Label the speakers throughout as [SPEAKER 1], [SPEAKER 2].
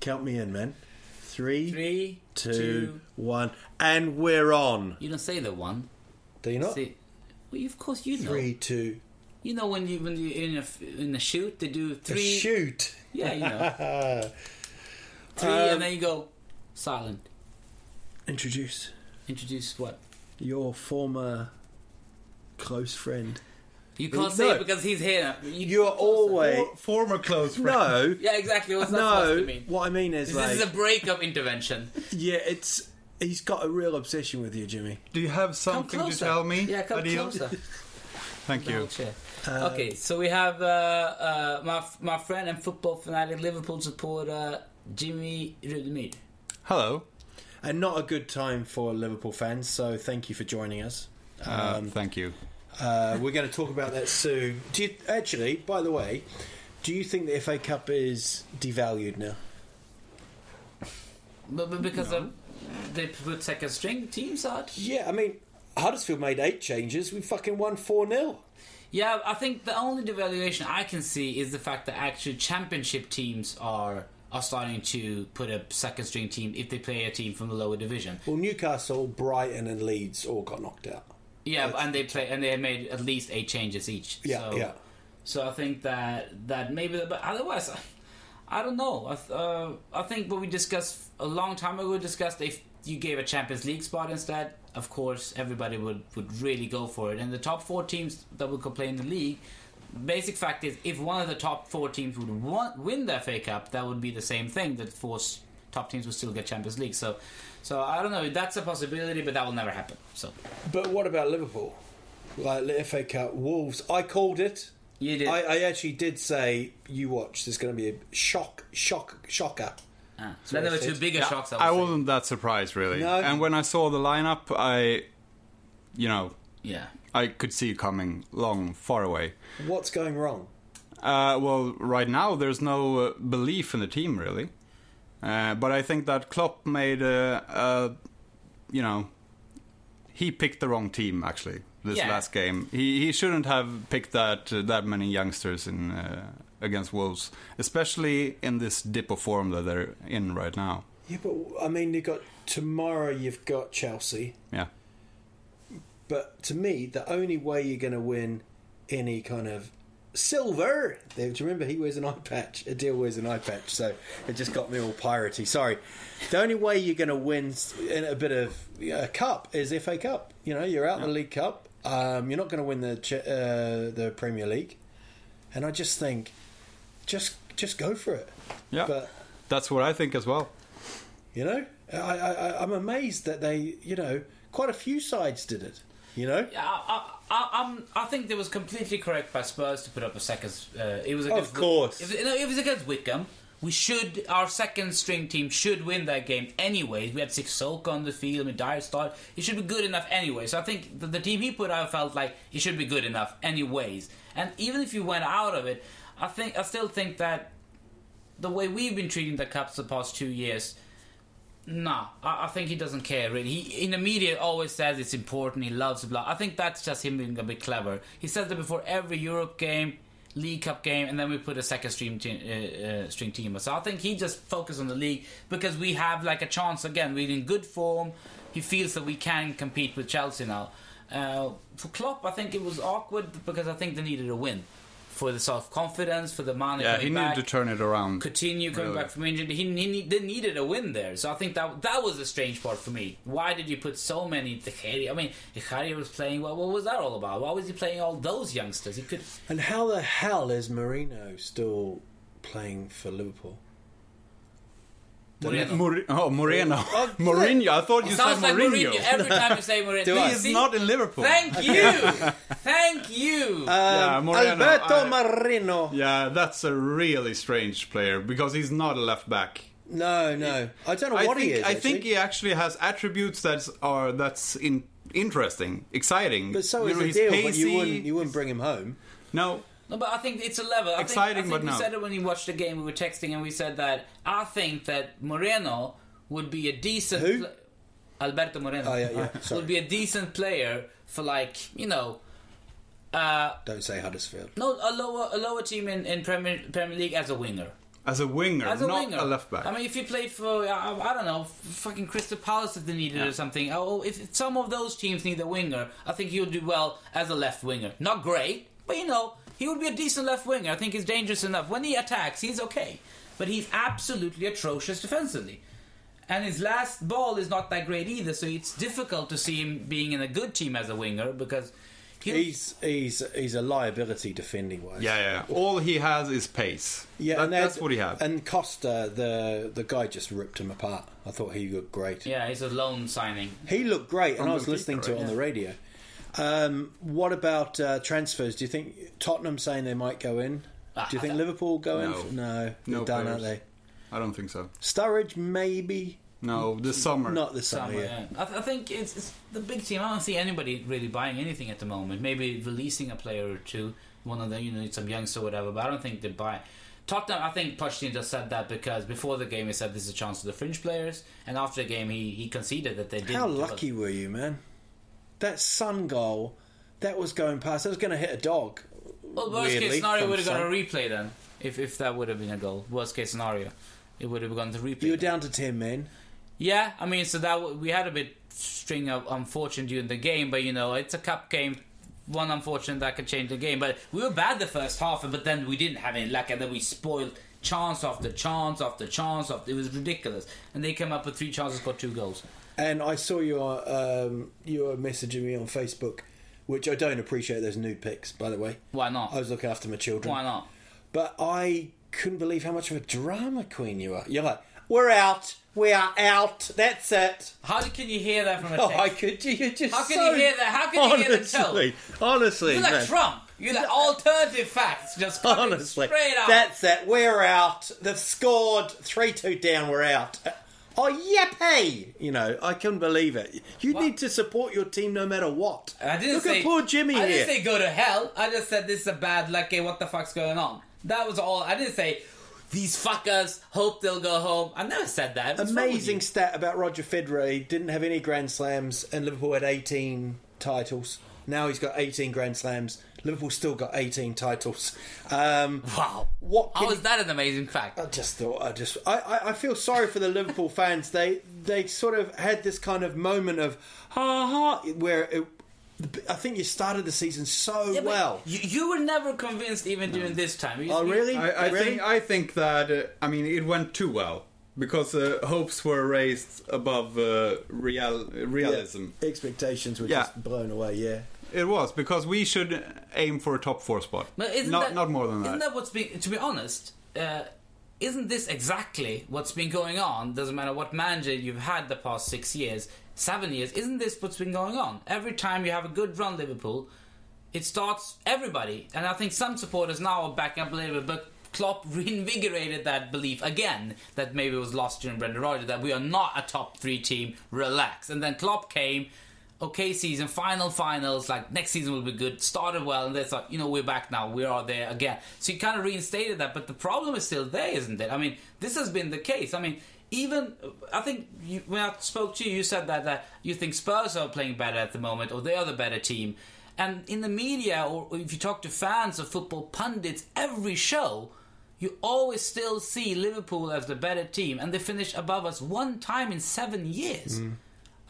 [SPEAKER 1] Count me in, man. Three,
[SPEAKER 2] Three,
[SPEAKER 1] two, one, and we're on.
[SPEAKER 2] You don't say the one.
[SPEAKER 1] Do you not?
[SPEAKER 2] See, well, you- of course you know.
[SPEAKER 1] Three, two,
[SPEAKER 2] You know when you when you in a f- in a shoot they do
[SPEAKER 1] to
[SPEAKER 2] three.
[SPEAKER 1] shoot.
[SPEAKER 2] Yeah, you know. three, and then you go silent.
[SPEAKER 1] Introduce
[SPEAKER 2] Introduce what?
[SPEAKER 1] your former close friend.
[SPEAKER 2] You can't say
[SPEAKER 1] No.
[SPEAKER 2] it because he's here. You,
[SPEAKER 1] You are always
[SPEAKER 3] Former close friend.
[SPEAKER 1] no,
[SPEAKER 2] yeah, exactly. What's that supposed
[SPEAKER 1] no.
[SPEAKER 2] to mean?
[SPEAKER 1] What I mean is
[SPEAKER 2] This
[SPEAKER 1] like,
[SPEAKER 2] is a breakup intervention.
[SPEAKER 1] yeah, it's he's got a real obsession with you, Jimmy.
[SPEAKER 3] Do you have
[SPEAKER 2] Come
[SPEAKER 3] something to
[SPEAKER 2] closer.
[SPEAKER 3] tell me?
[SPEAKER 2] Yeah, come
[SPEAKER 3] Adil?
[SPEAKER 2] closer.
[SPEAKER 3] Thank you.
[SPEAKER 2] Wheelchair. okay, so we have uh, uh, my f- my friend and football fanatic Liverpool supporter Jimmy Rudemir.
[SPEAKER 3] Hello.
[SPEAKER 1] And not a good time for Liverpool fans. So thank you for joining us.
[SPEAKER 3] Uh, thank you.
[SPEAKER 1] Uh, we're going to talk about that soon. Do you, actually, by the way, do you think the FA Cup is devalued now?
[SPEAKER 2] But, but because of they put second string teams out.
[SPEAKER 1] Yeah, I mean, Huddersfield made eight changes. We fucking won 4 0.
[SPEAKER 2] Yeah, I think the only devaluation I can see is the fact that actually championship teams are are starting to put a second string team if they play a team from the lower division.
[SPEAKER 1] Well, Newcastle, Brighton, and Leeds all got knocked out.
[SPEAKER 2] Yeah, and they play and they have made at least eight changes each.
[SPEAKER 1] Yeah,
[SPEAKER 2] so,
[SPEAKER 1] yeah.
[SPEAKER 2] So I think that that maybe, but otherwise, I don't know. I, th- uh, I think what we discussed a long time ago discussed if you gave a Champions League spot instead, of course everybody would would really go for it. And the top four teams that would play in the league. Basic fact is, if one of the top four teams would want, win the FA Cup, that would be the same thing. That four s- top teams would still get Champions League. So, so I don't know. That's a possibility, but that will never happen. So,
[SPEAKER 1] But what about Liverpool? Like, the FA Cup, Wolves. I called it.
[SPEAKER 2] You did.
[SPEAKER 1] I, I actually did say, you watch, there's going to be a shock, shock, shocker.
[SPEAKER 2] Ah, so there
[SPEAKER 1] I
[SPEAKER 2] were two
[SPEAKER 1] said-
[SPEAKER 2] bigger shocks. I,
[SPEAKER 3] I
[SPEAKER 2] would say.
[SPEAKER 3] wasn't that surprised, really.
[SPEAKER 1] No.
[SPEAKER 3] And when I saw the lineup, I, you know,
[SPEAKER 2] Yeah.
[SPEAKER 3] I could see it coming long, far away.
[SPEAKER 1] What's going wrong?
[SPEAKER 3] Uh, well, right now there's no uh, belief in the team really, uh, but I think that Klopp made a, a, you know, he picked the wrong team actually. This
[SPEAKER 2] Yeah.
[SPEAKER 3] last game, he he shouldn't have picked that uh, that many youngsters in uh, against Wolves, especially in this dip of form that they're in right now.
[SPEAKER 1] Yeah, but I mean, you've got tomorrow, you've got Chelsea.
[SPEAKER 3] Yeah,
[SPEAKER 1] But to me, the only way you're going to win any kind of silver, do you remember he wears an eye patch? Adil wears an eye patch, so it just got me all piratey. Sorry. The only way you're going to win s- in a bit of a cup is FA Cup. You know, you're out in the League Cup. Um, you're not going to win the Ch- uh, the Premier League, and I just think, just just go for it.
[SPEAKER 3] yeah,
[SPEAKER 1] But-
[SPEAKER 3] that's what I think as well.
[SPEAKER 1] You know, I, I I- I'm amazed that they, you know, quite a few sides did it. You know,
[SPEAKER 2] I, I, I, um, I think that was completely correct by Spurs to put up a second. Uh, it was against Wi-
[SPEAKER 1] course.
[SPEAKER 2] It was, no, it was against Wickham. We should our second string team should win that game anyway. We had Sissoko on the field, Dyer start. It should be good enough anyway. So I think the, the team he put out felt like it should be good enough anyways. And even if you went out of it, I think I still think that the way we've been treating the cups the past two years. Nah, I, I think he doesn't care really. He in the media always says it's important. He loves blah. I think that's just him being a bit clever. He says that before every Europe game, League Cup game, and then we put a second stream team, uh, uh, string team. So I think he just focused on the league because we have like a chance again. We're in good form. He feels that we can compete with Chelsea now. Uh, for Klopp, I think it was awkward because I think they needed a win for the self confidence, for the money.
[SPEAKER 3] Yeah,
[SPEAKER 2] coming
[SPEAKER 3] he
[SPEAKER 2] back.
[SPEAKER 3] needed to turn it around.
[SPEAKER 2] Coutinho coming
[SPEAKER 3] Really.
[SPEAKER 2] back from injury. He, he need, they needed a win there, so I think that that was the strange part for me. Why did you put so many? Tejeri, I mean, Tejeri was playing. Well, what was that all about? Why was he playing all those youngsters? He could.
[SPEAKER 1] And how the hell is Marino still playing for Liverpool?
[SPEAKER 2] Moreno.
[SPEAKER 3] Mor- oh, Moreno.
[SPEAKER 1] Oh, flip.
[SPEAKER 3] Mourinho. I thought you said
[SPEAKER 2] Sounds like Mourinho. Every time you say Mourinho,
[SPEAKER 1] Do I?
[SPEAKER 3] He
[SPEAKER 2] Please,
[SPEAKER 3] is
[SPEAKER 2] see?
[SPEAKER 3] not in Liverpool. Uh,
[SPEAKER 2] Thank you, thank you.
[SPEAKER 3] yeah, Moreno.
[SPEAKER 1] Um, Alberto
[SPEAKER 3] I-
[SPEAKER 1] Marino.
[SPEAKER 3] yeah, that's a really strange player because he's not a left back.
[SPEAKER 1] No, no. I don't know
[SPEAKER 3] I
[SPEAKER 1] what
[SPEAKER 3] think
[SPEAKER 1] he is.
[SPEAKER 3] I think
[SPEAKER 1] actually.
[SPEAKER 3] he actually has attributes that's are that's in, interesting, exciting.
[SPEAKER 1] But so
[SPEAKER 3] You
[SPEAKER 1] is
[SPEAKER 3] know,
[SPEAKER 1] the
[SPEAKER 3] he's
[SPEAKER 1] deal. But you
[SPEAKER 3] pacey.
[SPEAKER 1] wouldn't, you wouldn't bring him home.
[SPEAKER 3] No,
[SPEAKER 2] No, but I think it's a level. I
[SPEAKER 3] Exciting,
[SPEAKER 2] think, I
[SPEAKER 3] but
[SPEAKER 2] think we
[SPEAKER 3] no.
[SPEAKER 2] said it when you watched the game. We were texting and we said that I think that Moreno would be a decent.
[SPEAKER 1] Who?
[SPEAKER 2] pla- Alberto Moreno.
[SPEAKER 1] Oh, yeah, yeah. Sorry.
[SPEAKER 2] would be a decent player for like you know. Uh,
[SPEAKER 1] Don't say Huddersfield.
[SPEAKER 2] no, a lower a lower team in, in Premier Premier League as a winger,
[SPEAKER 3] as a winger,
[SPEAKER 2] as a
[SPEAKER 3] not
[SPEAKER 2] winger,
[SPEAKER 3] a left back.
[SPEAKER 2] I mean, if you played for I, I don't know, fucking Crystal Palace if they needed it or something. Oh, if if some of those teams need a winger, I think he'll do well as a left winger. Not great, but you know, he would be a decent left winger. I think he's dangerous enough. When he attacks, he's okay, but he's absolutely atrocious defensively. And his last ball is not that great either, so it's difficult to see him being in a good team as a winger because he'll-
[SPEAKER 1] He's he's he's a liability defending wise.
[SPEAKER 3] yeah, yeah, yeah. All he has is pace.
[SPEAKER 1] Yeah,
[SPEAKER 3] That-
[SPEAKER 1] and
[SPEAKER 3] that's
[SPEAKER 1] there's-
[SPEAKER 3] what he has.
[SPEAKER 1] And Costa, the the guy, just ripped him apart. I thought he looked great.
[SPEAKER 2] yeah, he's a loan signing.
[SPEAKER 1] He looked great, and I was
[SPEAKER 3] the
[SPEAKER 1] listening to it
[SPEAKER 3] keeper,
[SPEAKER 1] on the radio. Um, what about uh, transfers? Do you think Tottenham saying they might go in?
[SPEAKER 2] Ah,
[SPEAKER 1] Do you
[SPEAKER 2] I
[SPEAKER 1] think
[SPEAKER 2] don't-
[SPEAKER 1] Liverpool go in?
[SPEAKER 3] No.
[SPEAKER 1] For, no,
[SPEAKER 3] No
[SPEAKER 1] they're done, aren't
[SPEAKER 3] players.
[SPEAKER 1] they?
[SPEAKER 3] I don't think so.
[SPEAKER 1] Sturridge maybe,
[SPEAKER 3] No, this summer.
[SPEAKER 1] not this summer.
[SPEAKER 2] Somewhere,
[SPEAKER 1] yeah.
[SPEAKER 2] yeah. I, th- I think it's, it's the big team. I don't see anybody really buying anything at the moment. Maybe releasing a player or two, one of them, you know, some youngster or whatever. But I don't think they buy. Tottenham, I think Pochettino just said that because before the game he said this is a chance for the fringe players, and after the game he, he conceded that they didn't.
[SPEAKER 1] How
[SPEAKER 2] do well.
[SPEAKER 1] lucky were you, man? That sun goal, that was going past. That was going to hit a dog.
[SPEAKER 2] Well, worst case
[SPEAKER 1] weirdly,
[SPEAKER 2] scenario
[SPEAKER 1] from
[SPEAKER 2] would have got a
[SPEAKER 1] some-
[SPEAKER 2] replay then. If if that would have been a goal, worst case scenario, it would have gone to replay.
[SPEAKER 1] You were
[SPEAKER 2] then.
[SPEAKER 1] down to ten men.
[SPEAKER 2] Yeah, I mean, so that w- we had a bit string of unfortunate during the game, but you know, it's a cup game. One unfortunate that could change the game, but we were bad the first half, but then we didn't have any luck, and then we spoiled chance after chance after chance. After, it was ridiculous, and they came up with three chances, got two goals.
[SPEAKER 1] And I saw your um, you were messaging me on Facebook, which I don't appreciate. Those new pics, by the way.
[SPEAKER 2] Why not?
[SPEAKER 1] I was looking after my children.
[SPEAKER 2] Why not?
[SPEAKER 1] But I couldn't believe how much of a drama queen you are. You're like, we're out. We are out. That's it.
[SPEAKER 2] How can you hear that from a
[SPEAKER 1] Oh, I
[SPEAKER 2] text?
[SPEAKER 1] could. You're just
[SPEAKER 2] How can
[SPEAKER 1] so-
[SPEAKER 2] you hear that? How can you hear the tone?
[SPEAKER 1] honestly, honestly,
[SPEAKER 2] You're like
[SPEAKER 1] man.
[SPEAKER 2] Trump. You're like alternative facts, just coming
[SPEAKER 1] Honestly,
[SPEAKER 2] straight out.
[SPEAKER 1] that's it. We're out. They've scored three two down. We're out. Oh yippee! You know, I couldn't believe it. You need to support your team no matter what.
[SPEAKER 2] I didn't
[SPEAKER 1] Look
[SPEAKER 2] say
[SPEAKER 1] at poor Jimmy
[SPEAKER 2] I
[SPEAKER 1] here.
[SPEAKER 2] didn't say go to hell. I just said this is a bad luck. Hey, what the fuck's going on? That was all. I didn't say these fuckers hope they'll go home. I never said that. What's wrong with
[SPEAKER 1] Amazing
[SPEAKER 2] you?
[SPEAKER 1] stat about Roger Federer. He didn't have any Grand Slams, and Liverpool had 18 titles. Now he's got 18 Grand Slams. Liverpool still got 18 titles. Um,
[SPEAKER 2] Wow.
[SPEAKER 1] What
[SPEAKER 2] How
[SPEAKER 1] can- Uh,
[SPEAKER 2] is that an amazing fact?
[SPEAKER 1] I just thought I just I, I, I feel sorry for the Liverpool fans. They they sort of had this kind of moment of ha ha where it, I think you started the season so
[SPEAKER 2] Yeah, but
[SPEAKER 1] well.
[SPEAKER 2] you, you were never convinced even during this time. You-
[SPEAKER 1] Oh
[SPEAKER 2] you-
[SPEAKER 1] really?
[SPEAKER 3] I, I
[SPEAKER 1] really?
[SPEAKER 3] think I think that uh, I mean it went too well because uh, hopes were raised above uh, real realism.
[SPEAKER 1] expectations were
[SPEAKER 3] Yeah.
[SPEAKER 1] just blown away. Yeah.
[SPEAKER 3] It was because we should aim for a top four spot.
[SPEAKER 2] But isn't
[SPEAKER 3] not
[SPEAKER 2] that,
[SPEAKER 3] not more than
[SPEAKER 2] Isn't
[SPEAKER 3] that.
[SPEAKER 2] that what's being? To be honest, uh, isn't this exactly what's been going on? Doesn't matter what manager you've had the past six years, seven years. Isn't this what's been going on? Every time you have a good run, Liverpool, it starts everybody, and I think some supporters now are backing up a little bit, but. Klopp reinvigorated that belief again that maybe was lost during Brendan Rodgers that we are not a top three team. Relax, and then Klopp came, okay season, final finals, like next season will be good, started well, and they thought, you know, we're back now, we are there again. So he kind of reinstated that, but the problem is still there, isn't it? I mean, this has been the case. I mean, even, I think you, when I spoke to you, you said that, that you think Spurs are playing better at the moment, or they are the better team. And in the media, or if you talk to fans or football pundits, every show, you always still see Liverpool as the better team, and they finished above us one time in seven years.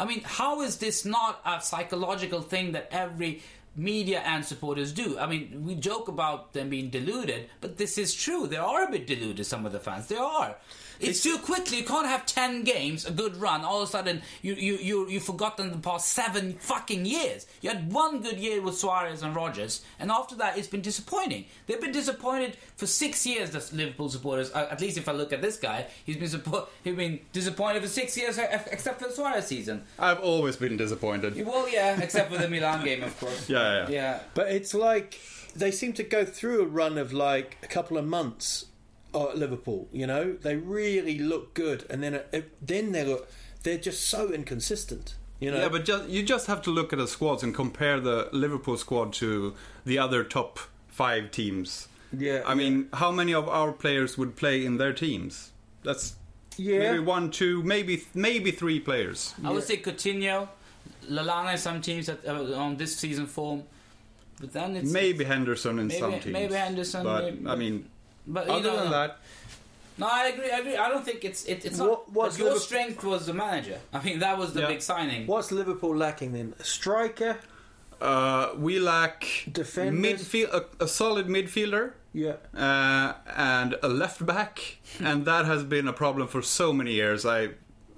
[SPEAKER 2] I mean, how is this not a psychological thing that every media and supporters do. I mean, we joke about them being deluded, but this is true. They are a bit deluded, some of the fans. They are. It's, too quickly. You can't have 10 games, a good run, all of a sudden you, you, you, you've forgotten the past seven fucking years. You had one good year with Suarez and Rogers, and after that it's been disappointing. They've been disappointed for six years, the Liverpool supporters. Uh, At least if I look at this guy, he's been, suppo- he's been disappointed for six years, uh, except for the Suarez season.
[SPEAKER 3] I've always been disappointed.
[SPEAKER 2] Well, yeah, except for the Milan game, of course.
[SPEAKER 3] Yeah, yeah, yeah.
[SPEAKER 2] Yeah.
[SPEAKER 1] But it's like they seem to go through a run of like a couple of months uh, at Liverpool. You know, they really look good, and then uh, it, it- then they look they're just so inconsistent. You know,
[SPEAKER 3] Yeah, but just, you just have to look at the squads and compare the Liverpool squad to the other top five teams.
[SPEAKER 1] Yeah,
[SPEAKER 3] I mean, how many of our players would play in their teams? That's
[SPEAKER 1] Yeah.
[SPEAKER 3] maybe one, two, maybe maybe three players.
[SPEAKER 2] I would say Coutinho, Lallana in some teams that, uh, on this season form. But then it's
[SPEAKER 3] Maybe Henderson in
[SPEAKER 2] Maybe-
[SPEAKER 3] some teams.
[SPEAKER 2] maybe Henderson,
[SPEAKER 3] But
[SPEAKER 2] maybe-
[SPEAKER 3] I mean,
[SPEAKER 2] But you
[SPEAKER 3] other
[SPEAKER 2] know,
[SPEAKER 3] than
[SPEAKER 2] no.
[SPEAKER 3] that,
[SPEAKER 2] no, I agree. I agree. I don't think it's it, it's
[SPEAKER 1] What-
[SPEAKER 2] not.
[SPEAKER 1] what's
[SPEAKER 2] But your
[SPEAKER 1] Liverpool-
[SPEAKER 2] strength was the manager. I mean, that was the
[SPEAKER 3] Yeah.
[SPEAKER 2] big signing.
[SPEAKER 1] what's Liverpool lacking then? A striker.
[SPEAKER 3] uh, we lack
[SPEAKER 1] Defenders.
[SPEAKER 3] midfield a, a solid midfielder.
[SPEAKER 1] Yeah.
[SPEAKER 3] Uh, and a left back, and that has been a problem for so many years. I,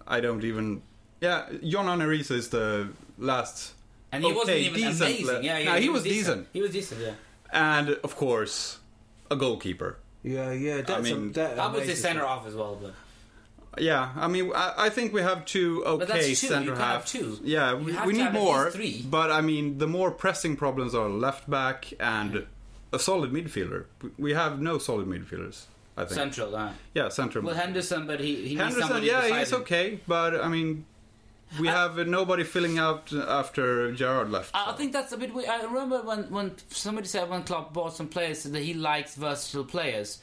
[SPEAKER 3] I don't even. Yeah, Jon Arisa is the last.
[SPEAKER 2] And he wasn't
[SPEAKER 3] okay,
[SPEAKER 2] even
[SPEAKER 3] decent
[SPEAKER 2] amazing.
[SPEAKER 3] le-
[SPEAKER 2] yeah, yeah,
[SPEAKER 3] No, he was decent.
[SPEAKER 2] He was decent. Yeah.
[SPEAKER 3] and of course, a goalkeeper.
[SPEAKER 1] Yeah, yeah. That's I
[SPEAKER 3] mean,
[SPEAKER 1] that
[SPEAKER 2] I would say
[SPEAKER 1] amazes
[SPEAKER 2] centre
[SPEAKER 1] me.
[SPEAKER 2] off as well, but
[SPEAKER 3] Yeah, I mean, I, I think we have two okay
[SPEAKER 2] that's two. You
[SPEAKER 3] centre
[SPEAKER 2] can have
[SPEAKER 3] half.
[SPEAKER 2] two.
[SPEAKER 3] Yeah,
[SPEAKER 2] You
[SPEAKER 3] we,
[SPEAKER 2] have
[SPEAKER 3] we
[SPEAKER 2] to
[SPEAKER 3] need
[SPEAKER 2] have at
[SPEAKER 3] more.
[SPEAKER 2] least three.
[SPEAKER 3] But I mean, the more pressing problems are left back and a solid midfielder. We- We have no solid midfielders. I think.
[SPEAKER 2] central. Uh.
[SPEAKER 3] Yeah, central.
[SPEAKER 2] Well, Henderson, but he he needs
[SPEAKER 3] Henderson,
[SPEAKER 2] somebody
[SPEAKER 3] yeah,
[SPEAKER 2] beside
[SPEAKER 3] he's
[SPEAKER 2] him.
[SPEAKER 3] okay, but I mean, we have uh, nobody filling out after Gerard left.
[SPEAKER 2] I I
[SPEAKER 3] so.
[SPEAKER 2] think that's a bit weird. I remember when, when somebody said when Klopp bought some players that he likes versatile players.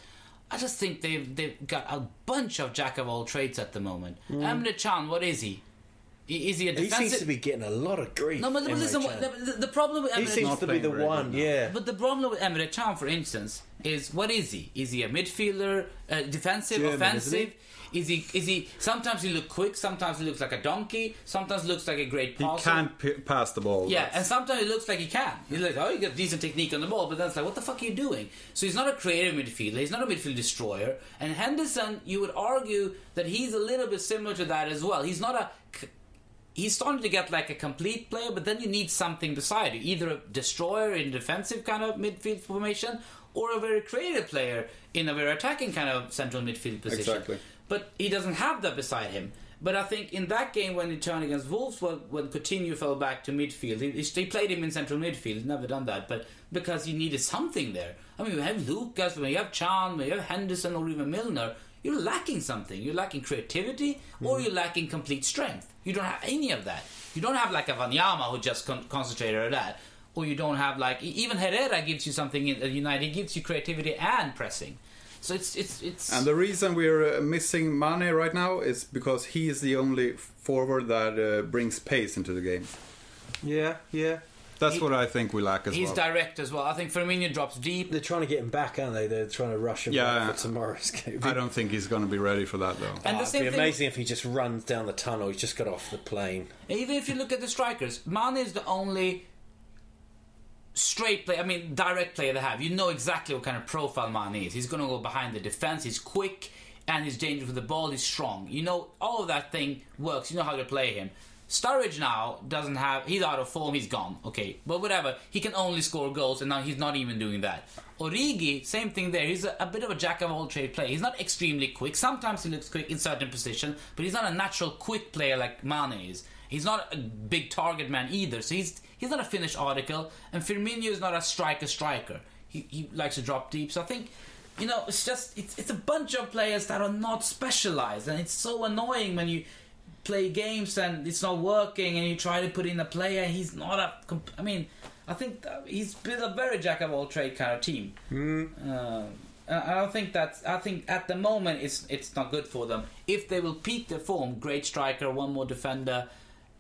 [SPEAKER 2] I just think they've they've got a bunch of jack of all trades at the moment. Emre Chan, what is he? I- Is he a
[SPEAKER 1] Mm. He
[SPEAKER 2] defensive?
[SPEAKER 1] seems to be getting a lot of grief.
[SPEAKER 2] no, but
[SPEAKER 1] Emre
[SPEAKER 2] listen.
[SPEAKER 1] Can.
[SPEAKER 2] what- The, the, the problem with
[SPEAKER 1] he
[SPEAKER 2] Emre,
[SPEAKER 1] seems
[SPEAKER 3] not
[SPEAKER 1] to be
[SPEAKER 3] playing
[SPEAKER 1] the
[SPEAKER 3] very good
[SPEAKER 1] one.
[SPEAKER 3] now.
[SPEAKER 1] Yeah.
[SPEAKER 2] but the problem with Emre Chan, for instance, is what is he? Is he a midfielder, uh, defensive,
[SPEAKER 1] German,
[SPEAKER 2] offensive?
[SPEAKER 1] isn't
[SPEAKER 2] Is he? Is he? Sometimes he looks quick. Sometimes he looks like a donkey. Sometimes looks like a great
[SPEAKER 3] he
[SPEAKER 2] passer.
[SPEAKER 3] can't p- pass the ball.
[SPEAKER 2] Yeah,
[SPEAKER 3] that's-
[SPEAKER 2] and sometimes it looks like he can. He's like, oh, you got decent technique on the ball, but then it's like, what the fuck are you doing? So he's not a creative midfielder. He's not a midfield destroyer. And Henderson, you would argue that he's a little bit similar to that as well. He's not a. c- He's starting to get like a complete player, but then you need something beside you, either a destroyer in defensive kind of midfield formation, or a very creative player in a very attacking kind of central midfield position.
[SPEAKER 3] Exactly.
[SPEAKER 2] But he doesn't have that beside him. But I think in that game when he turned against Wolves, well, when Coutinho fell back to midfield, he, they played him in central midfield. Never done that, but because he needed something there. I mean, you have Lucas, when you have Chan, when you have Henderson, or even Milner, you're lacking something. You're lacking creativity, or you're lacking complete strength. You don't have any of that. You don't have like a Vanyama who just con- concentrated on that, or you don't have like e- even Herrera gives you something in at United. He gives you creativity and pressing. So it's it's it's.
[SPEAKER 3] And the reason we're uh, missing Mane right now is because he is the only forward that uh, brings pace into the game.
[SPEAKER 1] Yeah. Yeah.
[SPEAKER 3] That's what I think we lack as
[SPEAKER 2] He's
[SPEAKER 3] well.
[SPEAKER 2] direct as well. I think Firmino drops deep.
[SPEAKER 1] They're trying to get him back, aren't they? They're trying to rush him
[SPEAKER 3] Yeah.
[SPEAKER 1] back for tomorrow's game.
[SPEAKER 3] I don't think he's going to be ready for that though.
[SPEAKER 2] And the
[SPEAKER 1] It'd
[SPEAKER 2] same
[SPEAKER 1] be
[SPEAKER 2] thing,
[SPEAKER 1] amazing if he just runs down the tunnel. He's just got off the plane.
[SPEAKER 2] even if you look at the strikers, Mane is the only straight play. I mean, direct player they have. You know exactly what kind of profile Mane is. He's going to go behind the defense. He's quick and he's dangerous with the ball. He's strong. You know, all of that thing works. You know how to play him. Sturridge now doesn't have. He's out of form. He's gone. Okay, but whatever. He can only score goals, and now he's not even doing that. Origi, same thing there. He's a, a bit of a jack of all trade player. He's not extremely quick. Sometimes he looks quick in certain positions, but he's not a natural quick player like Mane is. He's not a big target man either, so he's he's not a finished article. And Firmino is not a striker striker. He, he likes to drop deep. So I think, you know, it's just it's, it's a bunch of players that are not specialized, and it's so annoying when you play games and it's not working, and you try to put in a player. and He's not a. comp- I mean, I think that he's been a very jack of all trade kind of team. Um, and I don't think that's. I think at the moment it's it's not good for them. If they will peak their form, great striker, one more defender,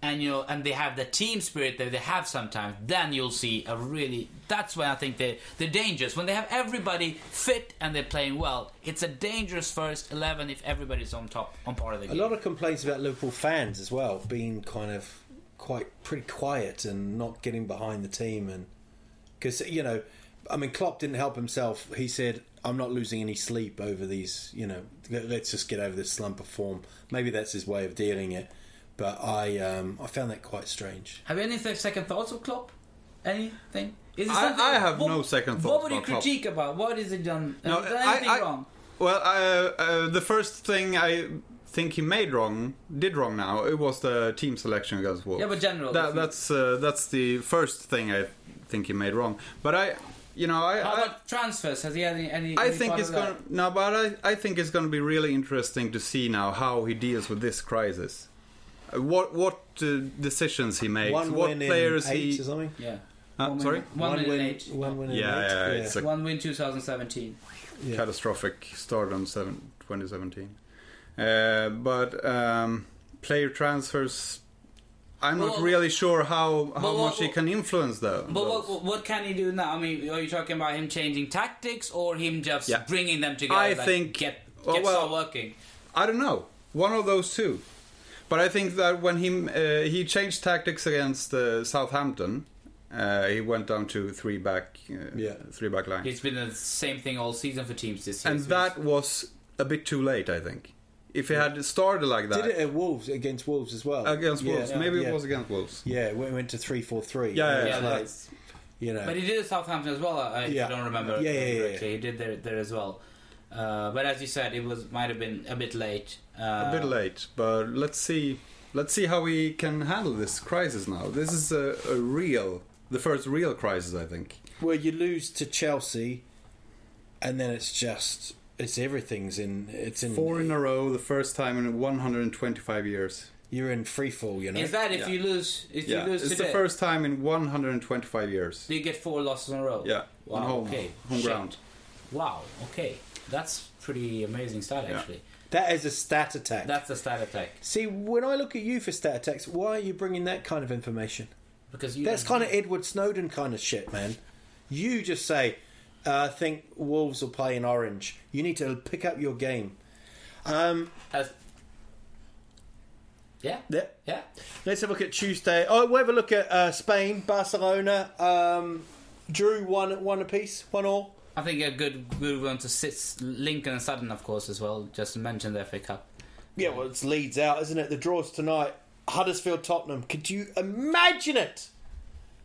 [SPEAKER 2] and you know, and they have the team spirit that they have sometimes, then you'll see a really. That's when I think they they're dangerous. When they have everybody fit and they're playing well, it's a dangerous first eleven if everybody's on top on part of the
[SPEAKER 1] A
[SPEAKER 2] game.
[SPEAKER 1] lot of complaints about Liverpool fans as well, being kind of quite pretty quiet and not getting behind the team and because you know, I mean, Klopp didn't help himself. He said, "I'm not losing any sleep over these. You know, let- let's just get over this slump of form." Maybe that's his way of dealing it. But I, um, I found that quite strange.
[SPEAKER 2] Have you any th- second thoughts of Klopp? Anything? Is it
[SPEAKER 3] I-
[SPEAKER 2] something-
[SPEAKER 3] I have no second
[SPEAKER 2] What
[SPEAKER 3] thoughts
[SPEAKER 2] would you
[SPEAKER 3] about Klopp.
[SPEAKER 2] critique about? What is it done?
[SPEAKER 3] No,
[SPEAKER 2] has it done
[SPEAKER 3] I-
[SPEAKER 2] anything
[SPEAKER 3] I-
[SPEAKER 2] wrong?
[SPEAKER 3] Well, uh, uh, the first thing I think he made wrong, did wrong now, it was the team selection against Wolves.
[SPEAKER 2] Yeah, but general,
[SPEAKER 3] That,
[SPEAKER 2] isn't it?
[SPEAKER 3] that's uh, that's the first thing I think he made wrong. But I, you know, I.
[SPEAKER 2] How
[SPEAKER 3] I
[SPEAKER 2] about transfers? Has he had any? any
[SPEAKER 3] I
[SPEAKER 2] any
[SPEAKER 3] think
[SPEAKER 2] part
[SPEAKER 3] it's
[SPEAKER 2] of that?
[SPEAKER 3] going to no, but I, I think it's going to be really interesting to see now how he deals with this crisis, Uh, what what uh, decisions he makes,
[SPEAKER 1] One
[SPEAKER 3] what
[SPEAKER 1] win
[SPEAKER 3] players
[SPEAKER 1] in eight
[SPEAKER 3] he
[SPEAKER 1] or something.
[SPEAKER 2] Yeah.
[SPEAKER 3] Uh,
[SPEAKER 2] One win-
[SPEAKER 3] sorry?
[SPEAKER 2] One, win, in eight.
[SPEAKER 1] One win. in
[SPEAKER 3] Yeah,
[SPEAKER 1] eight.
[SPEAKER 3] yeah, it's a-
[SPEAKER 2] One win 2017.
[SPEAKER 1] Yeah.
[SPEAKER 3] catastrophic start on seven, 2017. Uh, but um, player transfers, I'm not
[SPEAKER 2] Well,
[SPEAKER 3] really sure how, how
[SPEAKER 2] well,
[SPEAKER 3] much he
[SPEAKER 2] well,
[SPEAKER 3] can influence though.
[SPEAKER 2] But what, what can he do now? I mean, are you talking about him changing tactics or him just
[SPEAKER 3] Yeah.
[SPEAKER 2] bringing them together?
[SPEAKER 3] I
[SPEAKER 2] like,
[SPEAKER 3] think-
[SPEAKER 2] get
[SPEAKER 3] Oh,
[SPEAKER 2] get
[SPEAKER 3] well, well-
[SPEAKER 2] start working.
[SPEAKER 3] I don't know. One of those two. But I think that when he uh, he changed tactics against uh, Southampton, uh, he went down to three back uh,
[SPEAKER 1] Yeah.
[SPEAKER 3] three back line.
[SPEAKER 2] It's been the same thing all season for teams this year.
[SPEAKER 3] and
[SPEAKER 2] so
[SPEAKER 3] that was a bit too late, I think. If he had started like that
[SPEAKER 1] Did it at Wolves against Wolves as well?
[SPEAKER 3] against
[SPEAKER 1] Yeah,
[SPEAKER 3] Wolves, maybe
[SPEAKER 1] yeah.
[SPEAKER 3] it was against Wolves.
[SPEAKER 1] Yeah, we went to three four three.
[SPEAKER 3] Yeah,
[SPEAKER 2] it's-
[SPEAKER 3] yeah,
[SPEAKER 2] yeah,
[SPEAKER 3] it's
[SPEAKER 2] that
[SPEAKER 3] like-
[SPEAKER 2] is-
[SPEAKER 1] you know.
[SPEAKER 2] But he did at Southampton as well. I
[SPEAKER 1] Yeah.
[SPEAKER 2] don't remember.
[SPEAKER 1] Yeah, yeah, yeah,
[SPEAKER 2] correctly.
[SPEAKER 1] yeah.
[SPEAKER 2] He did there, there as well. Uh, but as you said, it was might have been a bit late. Uh,
[SPEAKER 3] a bit late, but let's see. Let's see how we can handle this crisis now. This is a, a real, the first real crisis, I think.
[SPEAKER 1] Well, you lose to Chelsea, and then it's just it's everything's in it's in
[SPEAKER 3] Four in a row, the first time in 125 years.
[SPEAKER 1] you're in free fall. You know.
[SPEAKER 2] Is that if
[SPEAKER 3] Yeah.
[SPEAKER 2] you lose? If
[SPEAKER 3] Yeah,
[SPEAKER 2] you lose
[SPEAKER 3] it's
[SPEAKER 2] today,
[SPEAKER 3] the first time in 125 years.
[SPEAKER 2] do you get four losses in a row?
[SPEAKER 3] Yeah,
[SPEAKER 2] Wow.
[SPEAKER 3] on home,
[SPEAKER 2] okay.
[SPEAKER 3] home
[SPEAKER 2] Shit.
[SPEAKER 3] ground.
[SPEAKER 2] Wow. Okay. That's pretty amazing stat
[SPEAKER 3] Yeah.
[SPEAKER 2] actually.
[SPEAKER 1] that is a stat attack.
[SPEAKER 2] That's a stat attack
[SPEAKER 1] See, when I look at you for stat attacks, why are you bringing that kind of information?
[SPEAKER 2] because you.
[SPEAKER 1] That's
[SPEAKER 2] don't-
[SPEAKER 1] kind of Edward Snowden kind of shit, man. You just say, uh, I think Wolves will play in orange. You need to pick up your game. Um,
[SPEAKER 2] As, yeah.
[SPEAKER 1] yeah.
[SPEAKER 2] Yeah.
[SPEAKER 1] Let's have a look at Tuesday. Oh, we'll have a look at uh, Spain, Barcelona. Um, drew one one apiece, one all.
[SPEAKER 2] I think a good good one to sit Lincoln and Sutton, of course, as well. Just to mention the FA Cup.
[SPEAKER 1] Yeah, well, it's Leeds out, isn't it? The draws tonight. Huddersfield, Tottenham. Could you imagine it?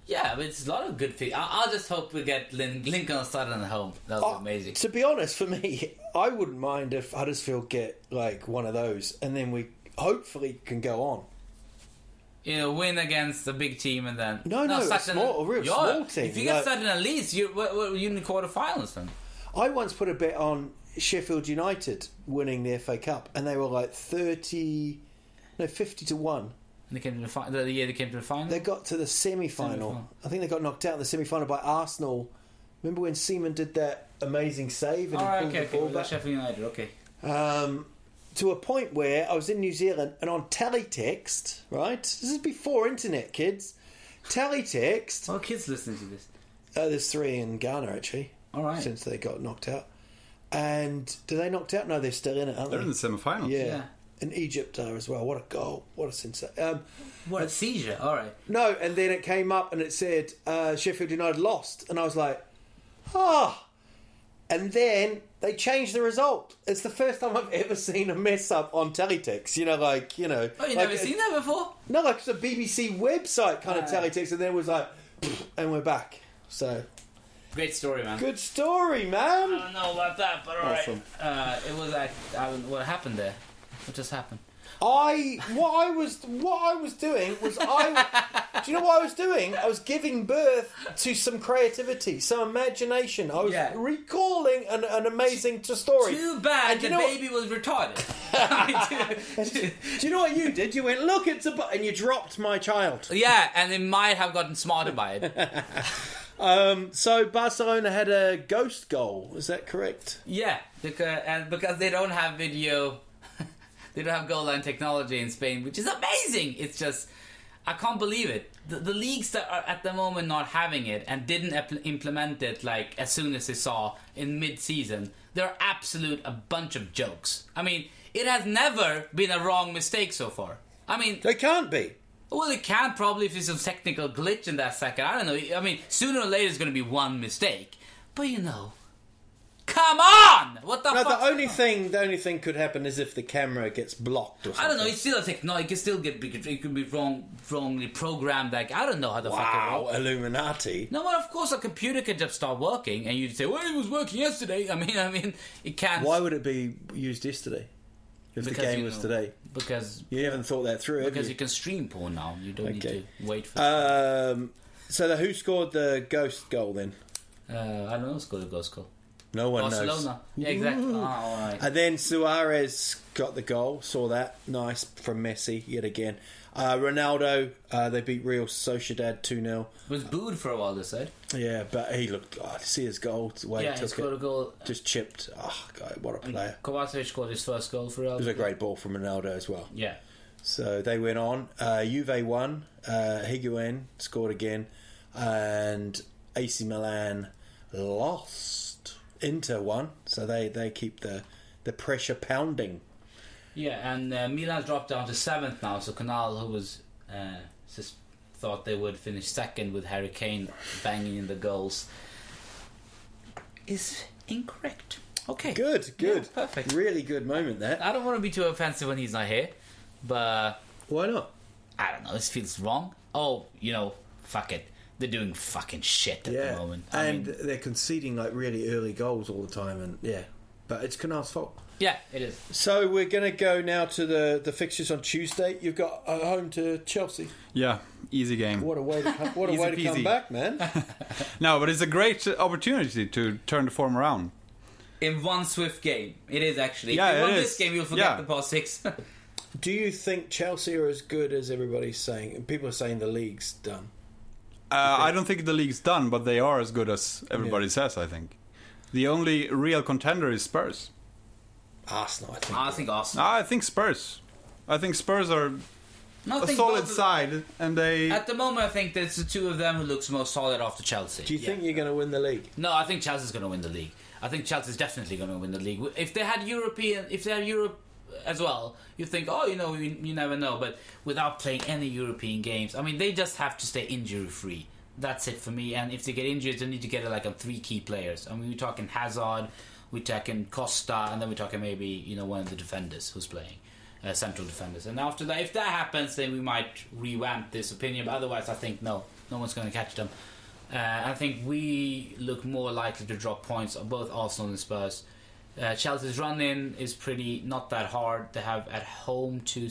[SPEAKER 2] Yeah, but it's a lot of good things. I- I'll just hope we get Lin- Lincoln on Saturday at home. That was amazing.
[SPEAKER 1] Oh, To be honest, for me, I wouldn't mind if Huddersfield get like one of those, and then we hopefully can go on.
[SPEAKER 2] You know, win against a big team and then
[SPEAKER 1] No, no, a
[SPEAKER 2] Saturday-
[SPEAKER 1] small- a real
[SPEAKER 2] Yeah,
[SPEAKER 1] small team,
[SPEAKER 2] If you get
[SPEAKER 1] like-
[SPEAKER 2] Saturday at least, you're well, well, you're in the quarterfinals then.
[SPEAKER 1] I once put a bet on Sheffield United winning the FA Cup, and they were like thirty, no, fifty to one.
[SPEAKER 2] And they came to the, fi- the year they came to the final.
[SPEAKER 1] They got to the semi
[SPEAKER 2] Semi-final.
[SPEAKER 1] final. I think they got knocked out in the semi final by Arsenal. Remember when Seaman did that amazing save and he
[SPEAKER 2] All right,
[SPEAKER 1] pulled
[SPEAKER 2] Oh, okay,
[SPEAKER 1] the
[SPEAKER 2] okay.
[SPEAKER 1] ball
[SPEAKER 2] well, that's
[SPEAKER 1] back?
[SPEAKER 2] Sheffield United, okay.
[SPEAKER 1] um, to a point where I was in New Zealand and on teletext, right? This is before internet, kids. Teletext.
[SPEAKER 2] Well, kids listening to this.
[SPEAKER 1] Oh, there's three in Ghana actually.
[SPEAKER 2] All right.
[SPEAKER 1] Since they got knocked out, and do they knocked out? No, they're still in it, aren't
[SPEAKER 3] They're
[SPEAKER 1] they?
[SPEAKER 3] in the semifinals.
[SPEAKER 1] yeah.
[SPEAKER 2] Yeah.
[SPEAKER 1] And Egypt are as well. What a goal! What a sensation. Um,
[SPEAKER 2] What a seizure! All right.
[SPEAKER 1] no, and then it came up and it said uh, Sheffield United lost, and I was like, ah. And then they changed the result. It's the first time I've ever seen a mess up on teletext. You know, like you know,
[SPEAKER 2] Oh, you
[SPEAKER 1] like,
[SPEAKER 2] never seen that before?
[SPEAKER 1] No, like it's a BBC website kind of teletext, and then it was like, and we're back. So
[SPEAKER 2] Great story, man.
[SPEAKER 1] good story, man.
[SPEAKER 2] I don't know about that, but all right.
[SPEAKER 3] Awesome.
[SPEAKER 2] Uh, it was like I don't, what happened there? What just happened?
[SPEAKER 1] I what I was what I was doing was I do you know what I was doing? I was giving birth to some creativity, some imagination. I was
[SPEAKER 2] Yeah.
[SPEAKER 1] recalling an, an amazing t- story.
[SPEAKER 2] Too bad
[SPEAKER 1] And you
[SPEAKER 2] the
[SPEAKER 1] know what-
[SPEAKER 2] baby was retarded. I mean,
[SPEAKER 1] Do you know what you did? You went look it's a bu-" and you dropped my child.
[SPEAKER 2] yeah, and they might have gotten smarter by it.
[SPEAKER 1] So Barcelona had a ghost goal. Is that correct?
[SPEAKER 2] Yeah, because, and because they don't have video, they don't have goal line technology in Spain, which is amazing. It's just I can't believe it. The, the leagues that are at the moment not having it and didn't ep- implement it like as soon as they saw in mid-season, they're absolute a bunch of jokes. I mean, it has never been a wrong mistake so far. I mean,
[SPEAKER 1] They can't be.
[SPEAKER 2] Well, it can probably if there's some technical glitch in that second. I don't know. I mean, sooner or later there's going to be one mistake. But you know, come on! What the
[SPEAKER 1] No,
[SPEAKER 2] fuck?
[SPEAKER 1] the only thing the only thing could happen is if the camera gets blocked or something.
[SPEAKER 2] I don't know. It's still a tech. No, it can still get. It could be wrong, wrongly programmed. Like I don't know how the fuck. it
[SPEAKER 1] Wow,
[SPEAKER 2] works.
[SPEAKER 1] Illuminati.
[SPEAKER 2] No, well, of course a computer can just start working, and you'd say, "Well, it was working yesterday." I mean, I mean, it can't.
[SPEAKER 1] Why would it be used yesterday? If the
[SPEAKER 2] because,
[SPEAKER 1] game
[SPEAKER 2] you
[SPEAKER 1] was
[SPEAKER 2] know,
[SPEAKER 1] today.
[SPEAKER 2] Because
[SPEAKER 1] You haven't thought that through, have
[SPEAKER 2] because
[SPEAKER 1] you?
[SPEAKER 2] you can stream porn now. You don't
[SPEAKER 1] Okay.
[SPEAKER 2] need to wait for.
[SPEAKER 1] Um, so the, who scored the ghost goal then?
[SPEAKER 2] uh, I don't know. Let's go to Glasgow.
[SPEAKER 1] No one knows.
[SPEAKER 2] Barcelona. Yeah, exactly. Oh, all right.
[SPEAKER 1] And then Suarez got the goal. Saw that. Nice from Messi yet again. Uh, Ronaldo, uh, they beat Real Sociedad 2 0.
[SPEAKER 2] was booed for a while. They said.
[SPEAKER 1] Yeah, but he looked. Oh, to see his goal, the way
[SPEAKER 2] Yeah,
[SPEAKER 1] he
[SPEAKER 2] he
[SPEAKER 1] took
[SPEAKER 2] scored
[SPEAKER 1] it.
[SPEAKER 2] a goal. Mm.
[SPEAKER 1] Just chipped. Oh, God, what a player.
[SPEAKER 2] Kovacic um, scored his first goal for Real.
[SPEAKER 1] It was a great ball from Ronaldo as well.
[SPEAKER 2] Yeah.
[SPEAKER 1] So they went on. Uh, Juve won. Uh, Higuain scored again. And AC Milan lost. Inter won. So they, they keep the, the pressure pounding.
[SPEAKER 2] Yeah, and uh, Milan dropped down to seventh now. So Canal, who was uh, sus- thought they would finish second with Harry Kane banging in the goals, is incorrect. Okay,
[SPEAKER 1] Good, good.
[SPEAKER 2] Yeah, perfect.
[SPEAKER 1] Really good moment there.
[SPEAKER 2] I don't want to be too offensive when he's not here, but
[SPEAKER 1] Why not?
[SPEAKER 2] I don't know. This feels wrong. Oh, you know, fuck it. They're doing fucking shit at the moment. I
[SPEAKER 1] and
[SPEAKER 2] mean,
[SPEAKER 1] they're conceding like really early goals all the time. And yeah, but it's Canal's fault.
[SPEAKER 2] yeah, it is.
[SPEAKER 1] So we're going to go now to the, the fixtures on Tuesday. You've got a home to Chelsea.
[SPEAKER 3] Yeah, easy game.
[SPEAKER 1] What a way to come, what a
[SPEAKER 3] Easy
[SPEAKER 1] way to come
[SPEAKER 3] peasy.
[SPEAKER 1] back, man.
[SPEAKER 3] No, but it's a great opportunity to turn the form around.
[SPEAKER 2] In one swift game, it is actually.
[SPEAKER 3] Yeah,
[SPEAKER 2] if you
[SPEAKER 3] it
[SPEAKER 2] won
[SPEAKER 3] is.
[SPEAKER 2] this game, you'll forget
[SPEAKER 3] Yeah.
[SPEAKER 2] the past six.
[SPEAKER 1] Do you think Chelsea are as good as everybody's saying? People are saying the league's done.
[SPEAKER 3] Uh, I don't think the league's done, but they are as good as everybody says. I think the only real contender is Spurs.
[SPEAKER 1] Arsenal, I think.
[SPEAKER 2] I think Arsenal.
[SPEAKER 3] I think Spurs. I think Spurs are
[SPEAKER 2] No, I
[SPEAKER 3] a
[SPEAKER 2] think
[SPEAKER 3] solid
[SPEAKER 2] both of-
[SPEAKER 3] side, and they.
[SPEAKER 2] At the moment, I think that's the two of them who looks most solid after Chelsea.
[SPEAKER 1] Do you think you're going to win the league?
[SPEAKER 2] No, I think Chelsea's going to win the league. I think Chelsea's definitely going to win the league. If they had European, if they had Europe as well, you think, oh, you know, you, you never know. But without playing any European games, I mean, they just have to stay injury free. That's it for me. And if they get injured, they need to get like on three key players. I mean, we're talking Hazard, we're talking Costa, and then we're talking maybe you know one of the defenders who's playing. Uh, central defenders, and after that, if that happens, then we might revamp this opinion. But otherwise, I think no, no one's going to catch them. Uh, I think we look more likely to drop points on both Arsenal and Spurs. Uh, Chelsea's run in is pretty not that hard. They have at home to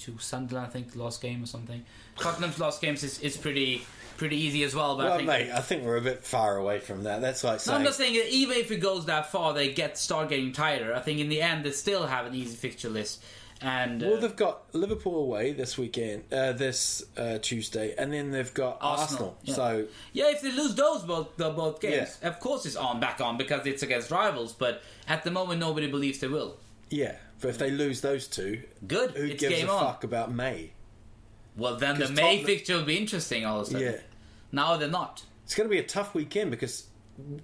[SPEAKER 2] to Sunderland, I think, the last game or something. Tottenham's last games is, is pretty pretty easy as well. But I
[SPEAKER 1] Well,
[SPEAKER 2] think
[SPEAKER 1] mate, I think we're a bit far away from that. That's like
[SPEAKER 2] no, I'm
[SPEAKER 1] saying.
[SPEAKER 2] not saying that even if it goes that far, they get start getting tighter. I think in the end they still have an easy fixture list. And uh,
[SPEAKER 1] well, they've got Liverpool away this weekend, uh, this uh, Tuesday, and then they've got Arsenal.
[SPEAKER 2] Arsenal, yeah.
[SPEAKER 1] So
[SPEAKER 2] yeah, if they lose those both the both games,
[SPEAKER 1] Yeah.
[SPEAKER 2] of course it's on back on because it's against rivals. But at the moment, nobody believes they will.
[SPEAKER 1] yeah, but if they lose those two,
[SPEAKER 2] Good,
[SPEAKER 1] who
[SPEAKER 2] it's
[SPEAKER 1] gives
[SPEAKER 2] game
[SPEAKER 1] a
[SPEAKER 2] on.
[SPEAKER 1] fuck about May?
[SPEAKER 2] Well, then the
[SPEAKER 1] 'Cause
[SPEAKER 2] May
[SPEAKER 1] Tottenham-
[SPEAKER 2] fixture will be interesting all of a sudden.
[SPEAKER 1] Yeah,
[SPEAKER 2] Now they're not.
[SPEAKER 1] it's going to be a tough weekend because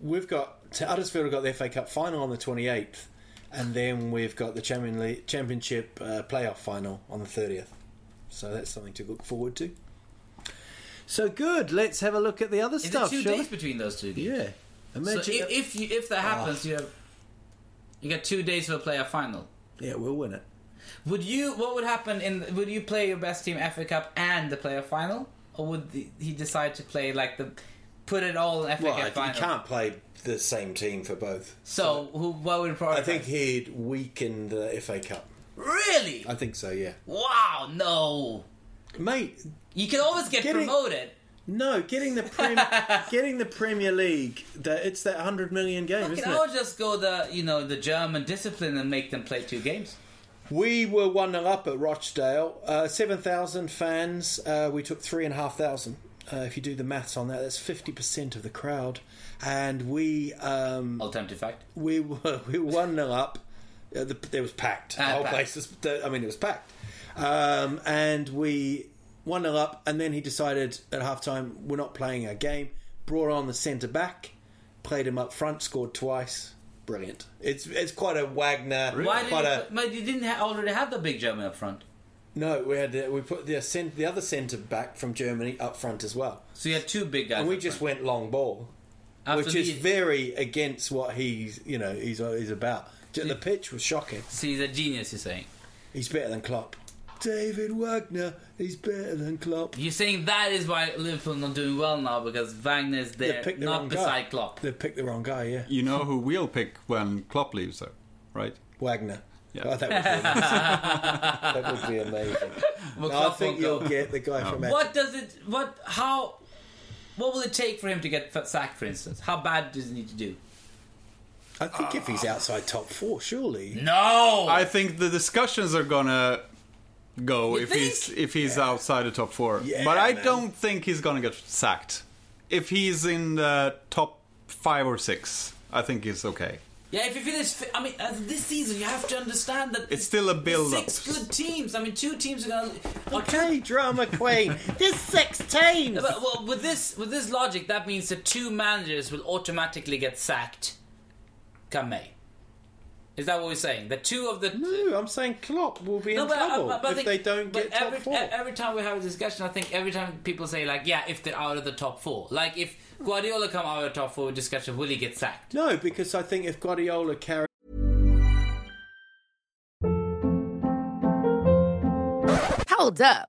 [SPEAKER 1] we've got Huddersfield have got the FA Cup final on the 28th, and then we've got the Champion League, Championship uh, playoff final on the 30th. So that's something to look forward to. So good. Let's have a look at the other
[SPEAKER 2] Is
[SPEAKER 1] stuff.
[SPEAKER 2] it two
[SPEAKER 1] shall
[SPEAKER 2] days
[SPEAKER 1] we?
[SPEAKER 2] between those two games?
[SPEAKER 1] Yeah. Imagine. Ah.
[SPEAKER 2] So if if, you, if that happens, you have you get two days to play a final.
[SPEAKER 1] yeah, we'll win it.
[SPEAKER 2] Would you? What would happen in? Would you play your best team FA Cup and the player final, or would the, he decide to play like the put it all in FA
[SPEAKER 1] Well,
[SPEAKER 2] Cup
[SPEAKER 1] you
[SPEAKER 2] final?
[SPEAKER 1] can't play the same team for both.
[SPEAKER 2] So who? What would prioritize?
[SPEAKER 1] I think he'd weaken the FA Cup.
[SPEAKER 2] really.
[SPEAKER 1] I think so. Yeah,
[SPEAKER 2] Wow, no.
[SPEAKER 1] mate.
[SPEAKER 2] You can always get
[SPEAKER 1] Getting-
[SPEAKER 2] promoted.
[SPEAKER 1] No, getting the prem- getting the Premier League. That it's that hundred million game,
[SPEAKER 2] Can
[SPEAKER 1] isn't
[SPEAKER 2] I
[SPEAKER 1] it?
[SPEAKER 2] would just go the you know the German discipline and make them play two games?
[SPEAKER 1] We were one 0 up at Rochdale. Uh, Seven thousand fans. Uh, we took three and a half thousand. Uh, if you do the maths on that, that's fifty percent of the crowd, and we um,
[SPEAKER 2] Alternative fact.
[SPEAKER 1] we were we were one 0 up. Uh, the, it was packed. The
[SPEAKER 2] Ah,
[SPEAKER 1] whole
[SPEAKER 2] packed.
[SPEAKER 1] place. Was, the, I mean, it was packed. Um, and we one 0 up, and then he decided at halftime we're not playing our game. Brought on the centre back, played him up front, scored twice. Brilliant. It's it's quite a Wagner.
[SPEAKER 2] Why
[SPEAKER 1] Quite
[SPEAKER 2] did
[SPEAKER 1] a
[SPEAKER 2] you, but you didn't ha- already have the big German up front?
[SPEAKER 1] No, we had uh, we put the cent- the other centre back from Germany up front as well,
[SPEAKER 2] So you had two big guys.
[SPEAKER 1] and we
[SPEAKER 2] up
[SPEAKER 1] just
[SPEAKER 2] front.
[SPEAKER 1] went long ball,
[SPEAKER 2] After
[SPEAKER 1] which is
[SPEAKER 2] the-
[SPEAKER 1] very against what he's you know he's uh, he's about. The pitch was shocking.
[SPEAKER 2] See, he's a genius. You're saying.
[SPEAKER 1] He's better than Klopp. David Wagner, he's better than Klopp.
[SPEAKER 2] You're saying that is why Liverpool not doing well now because Wagner's there, not beside
[SPEAKER 1] guy.
[SPEAKER 2] Klopp.
[SPEAKER 1] They picked the wrong guy. Yeah,
[SPEAKER 3] You know who we'll pick when Klopp leaves, though, right?
[SPEAKER 1] Wagner.
[SPEAKER 3] Yeah.
[SPEAKER 1] Oh, that, would be amazing. that would be amazing. No,
[SPEAKER 2] Well,
[SPEAKER 1] I
[SPEAKER 2] Klopp
[SPEAKER 1] think
[SPEAKER 2] won't go.
[SPEAKER 1] you'll get the guy from.
[SPEAKER 2] What does it? What? How? What will it take for him to get f- sacked? For instance, how bad does he need to do?
[SPEAKER 1] I think if he's outside top four, surely.
[SPEAKER 2] No.
[SPEAKER 3] I think the discussions are gonna go
[SPEAKER 2] You
[SPEAKER 3] if
[SPEAKER 2] think?
[SPEAKER 3] he's if he's outside the top four.
[SPEAKER 1] Yeah,
[SPEAKER 3] but I
[SPEAKER 1] man.
[SPEAKER 3] don't think he's gonna get sacked. If he's in the top five or six, I think he's okay.
[SPEAKER 2] yeah, if you finish, fi- I mean, uh, this season you have to understand that
[SPEAKER 3] It's still a build-up.
[SPEAKER 2] Six good teams. I mean, two teams are gonna. Or two
[SPEAKER 1] Okay, drama queen. There's six teams.
[SPEAKER 2] But, well, with this with this logic, that means that two managers will automatically get sacked. Come May. Is that what we're saying? The two of the
[SPEAKER 1] No, I'm saying Klopp will be in
[SPEAKER 2] but I-
[SPEAKER 1] trouble
[SPEAKER 2] but- but I
[SPEAKER 1] if
[SPEAKER 2] think-
[SPEAKER 1] they don't
[SPEAKER 2] but
[SPEAKER 1] get
[SPEAKER 2] every,
[SPEAKER 1] top four.
[SPEAKER 2] e- Every time we have a discussion, I think every time people say like, yeah, if they're out of the top four, like if Guardiola come out of the top four discussion, will he get sacked?
[SPEAKER 1] no, because I think if Guardiola carries
[SPEAKER 4] Hold up.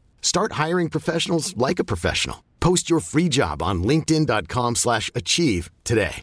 [SPEAKER 5] Start hiring professionals like a professional. Post your free job on linkedin.com/achieve slash achieve today.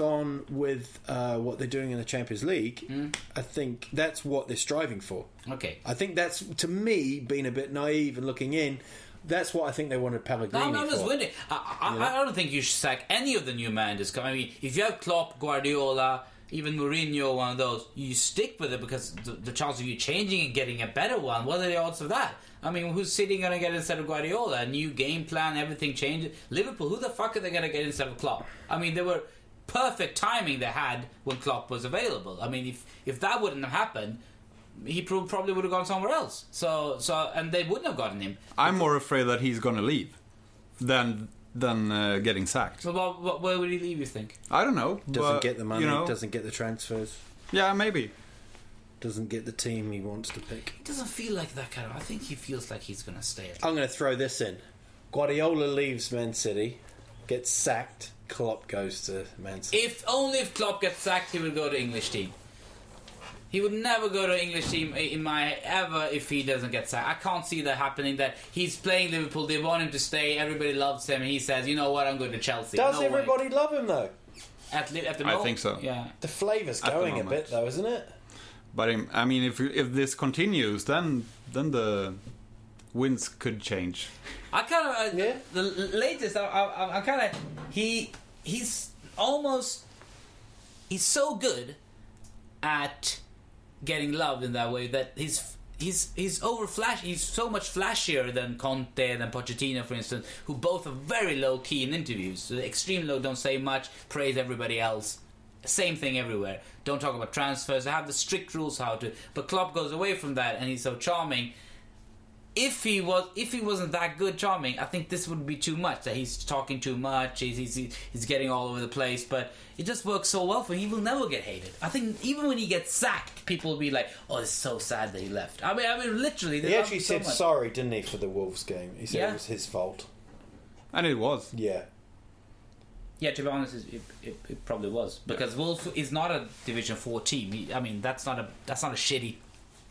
[SPEAKER 1] on with uh, what they're doing in the Champions League,
[SPEAKER 2] Hmm.
[SPEAKER 1] I think that's what they're striving for.
[SPEAKER 2] Okay.
[SPEAKER 1] I think that's to me being a bit naive and looking in. That's what I think they wanted Pellegrini
[SPEAKER 2] No, no, just
[SPEAKER 1] for.
[SPEAKER 2] winning. I, I, I don't think you should sack any of the new managers. I mean, if you have Klopp, Guardiola, even Mourinho, one of those, you stick with it because the, the chance of you changing and getting a better one, what are the odds of that? I mean, who's City going to get instead of Guardiola? A new game plan, everything changes. Liverpool, who the fuck are they going to get instead of Klopp? I mean, they were perfect timing they had when Klopp was available. I mean, if if that wouldn't have happened, he pro- probably would have gone somewhere else. So, so, and they wouldn't have gotten him.
[SPEAKER 3] I'm more afraid that he's gonna leave than than uh, getting sacked.
[SPEAKER 2] So, what, what, where would he leave? You think?
[SPEAKER 3] I don't know.
[SPEAKER 1] doesn't
[SPEAKER 3] but,
[SPEAKER 1] get the money,
[SPEAKER 3] You know,
[SPEAKER 1] doesn't get the transfers,
[SPEAKER 3] Yeah, maybe.
[SPEAKER 1] doesn't get the team he wants to pick.
[SPEAKER 2] He doesn't feel like that kind of. I think he feels like he's gonna stay. At
[SPEAKER 1] I'm going to throw this in. Guardiola leaves Man City, gets sacked. Klopp goes to Man City.
[SPEAKER 2] if only if Klopp gets sacked, he will go to English team. He would never go to English team i- in my ever if he doesn't get sacked. I can't see that happening. That he's playing Liverpool, they want him to stay. Everybody loves him, and he says, "You know what? I'm going to Chelsea."
[SPEAKER 1] Does
[SPEAKER 2] No way.
[SPEAKER 1] everybody love him though?
[SPEAKER 2] At, li- at the
[SPEAKER 3] I
[SPEAKER 2] moment,
[SPEAKER 3] think so.
[SPEAKER 2] Yeah.
[SPEAKER 1] The flavour's
[SPEAKER 3] At the
[SPEAKER 1] going a
[SPEAKER 3] moment.
[SPEAKER 1] bit though, isn't it?
[SPEAKER 3] But um, I mean, if if this continues, then then the winds could change.
[SPEAKER 2] I kind of uh,
[SPEAKER 1] Yeah.
[SPEAKER 2] the l- latest. I, I, I'm kind of he he's almost he's so good at getting loved in that way that he's he's he's over flash. He's so much flashier than Conte and Pochettino, for instance, who both are very low key in interviews. So extreme low, don't say much, praise everybody else. Same thing everywhere. Don't talk about transfers. I have the strict rules how to. But Klopp goes away from that, and he's so charming if he was if he wasn't that good charming, I think this would be too much. That he's talking too much, he's he's, he's getting all over the place. But it just works so well for him. He will never get hated. I think even when he gets sacked, people will be like, "Oh, it's so sad that he left." I mean, I mean, literally, they
[SPEAKER 1] He
[SPEAKER 2] love
[SPEAKER 1] actually
[SPEAKER 2] him so
[SPEAKER 1] said
[SPEAKER 2] much.
[SPEAKER 1] sorry, didn't he, for the Wolves game? He said
[SPEAKER 2] Yeah.
[SPEAKER 1] it was his fault.
[SPEAKER 3] And it was.
[SPEAKER 1] Yeah.
[SPEAKER 2] Yeah, to be honest, it, it, it probably was because Wolf is not a Division Four team. He, I mean, that's not a that's not a shitty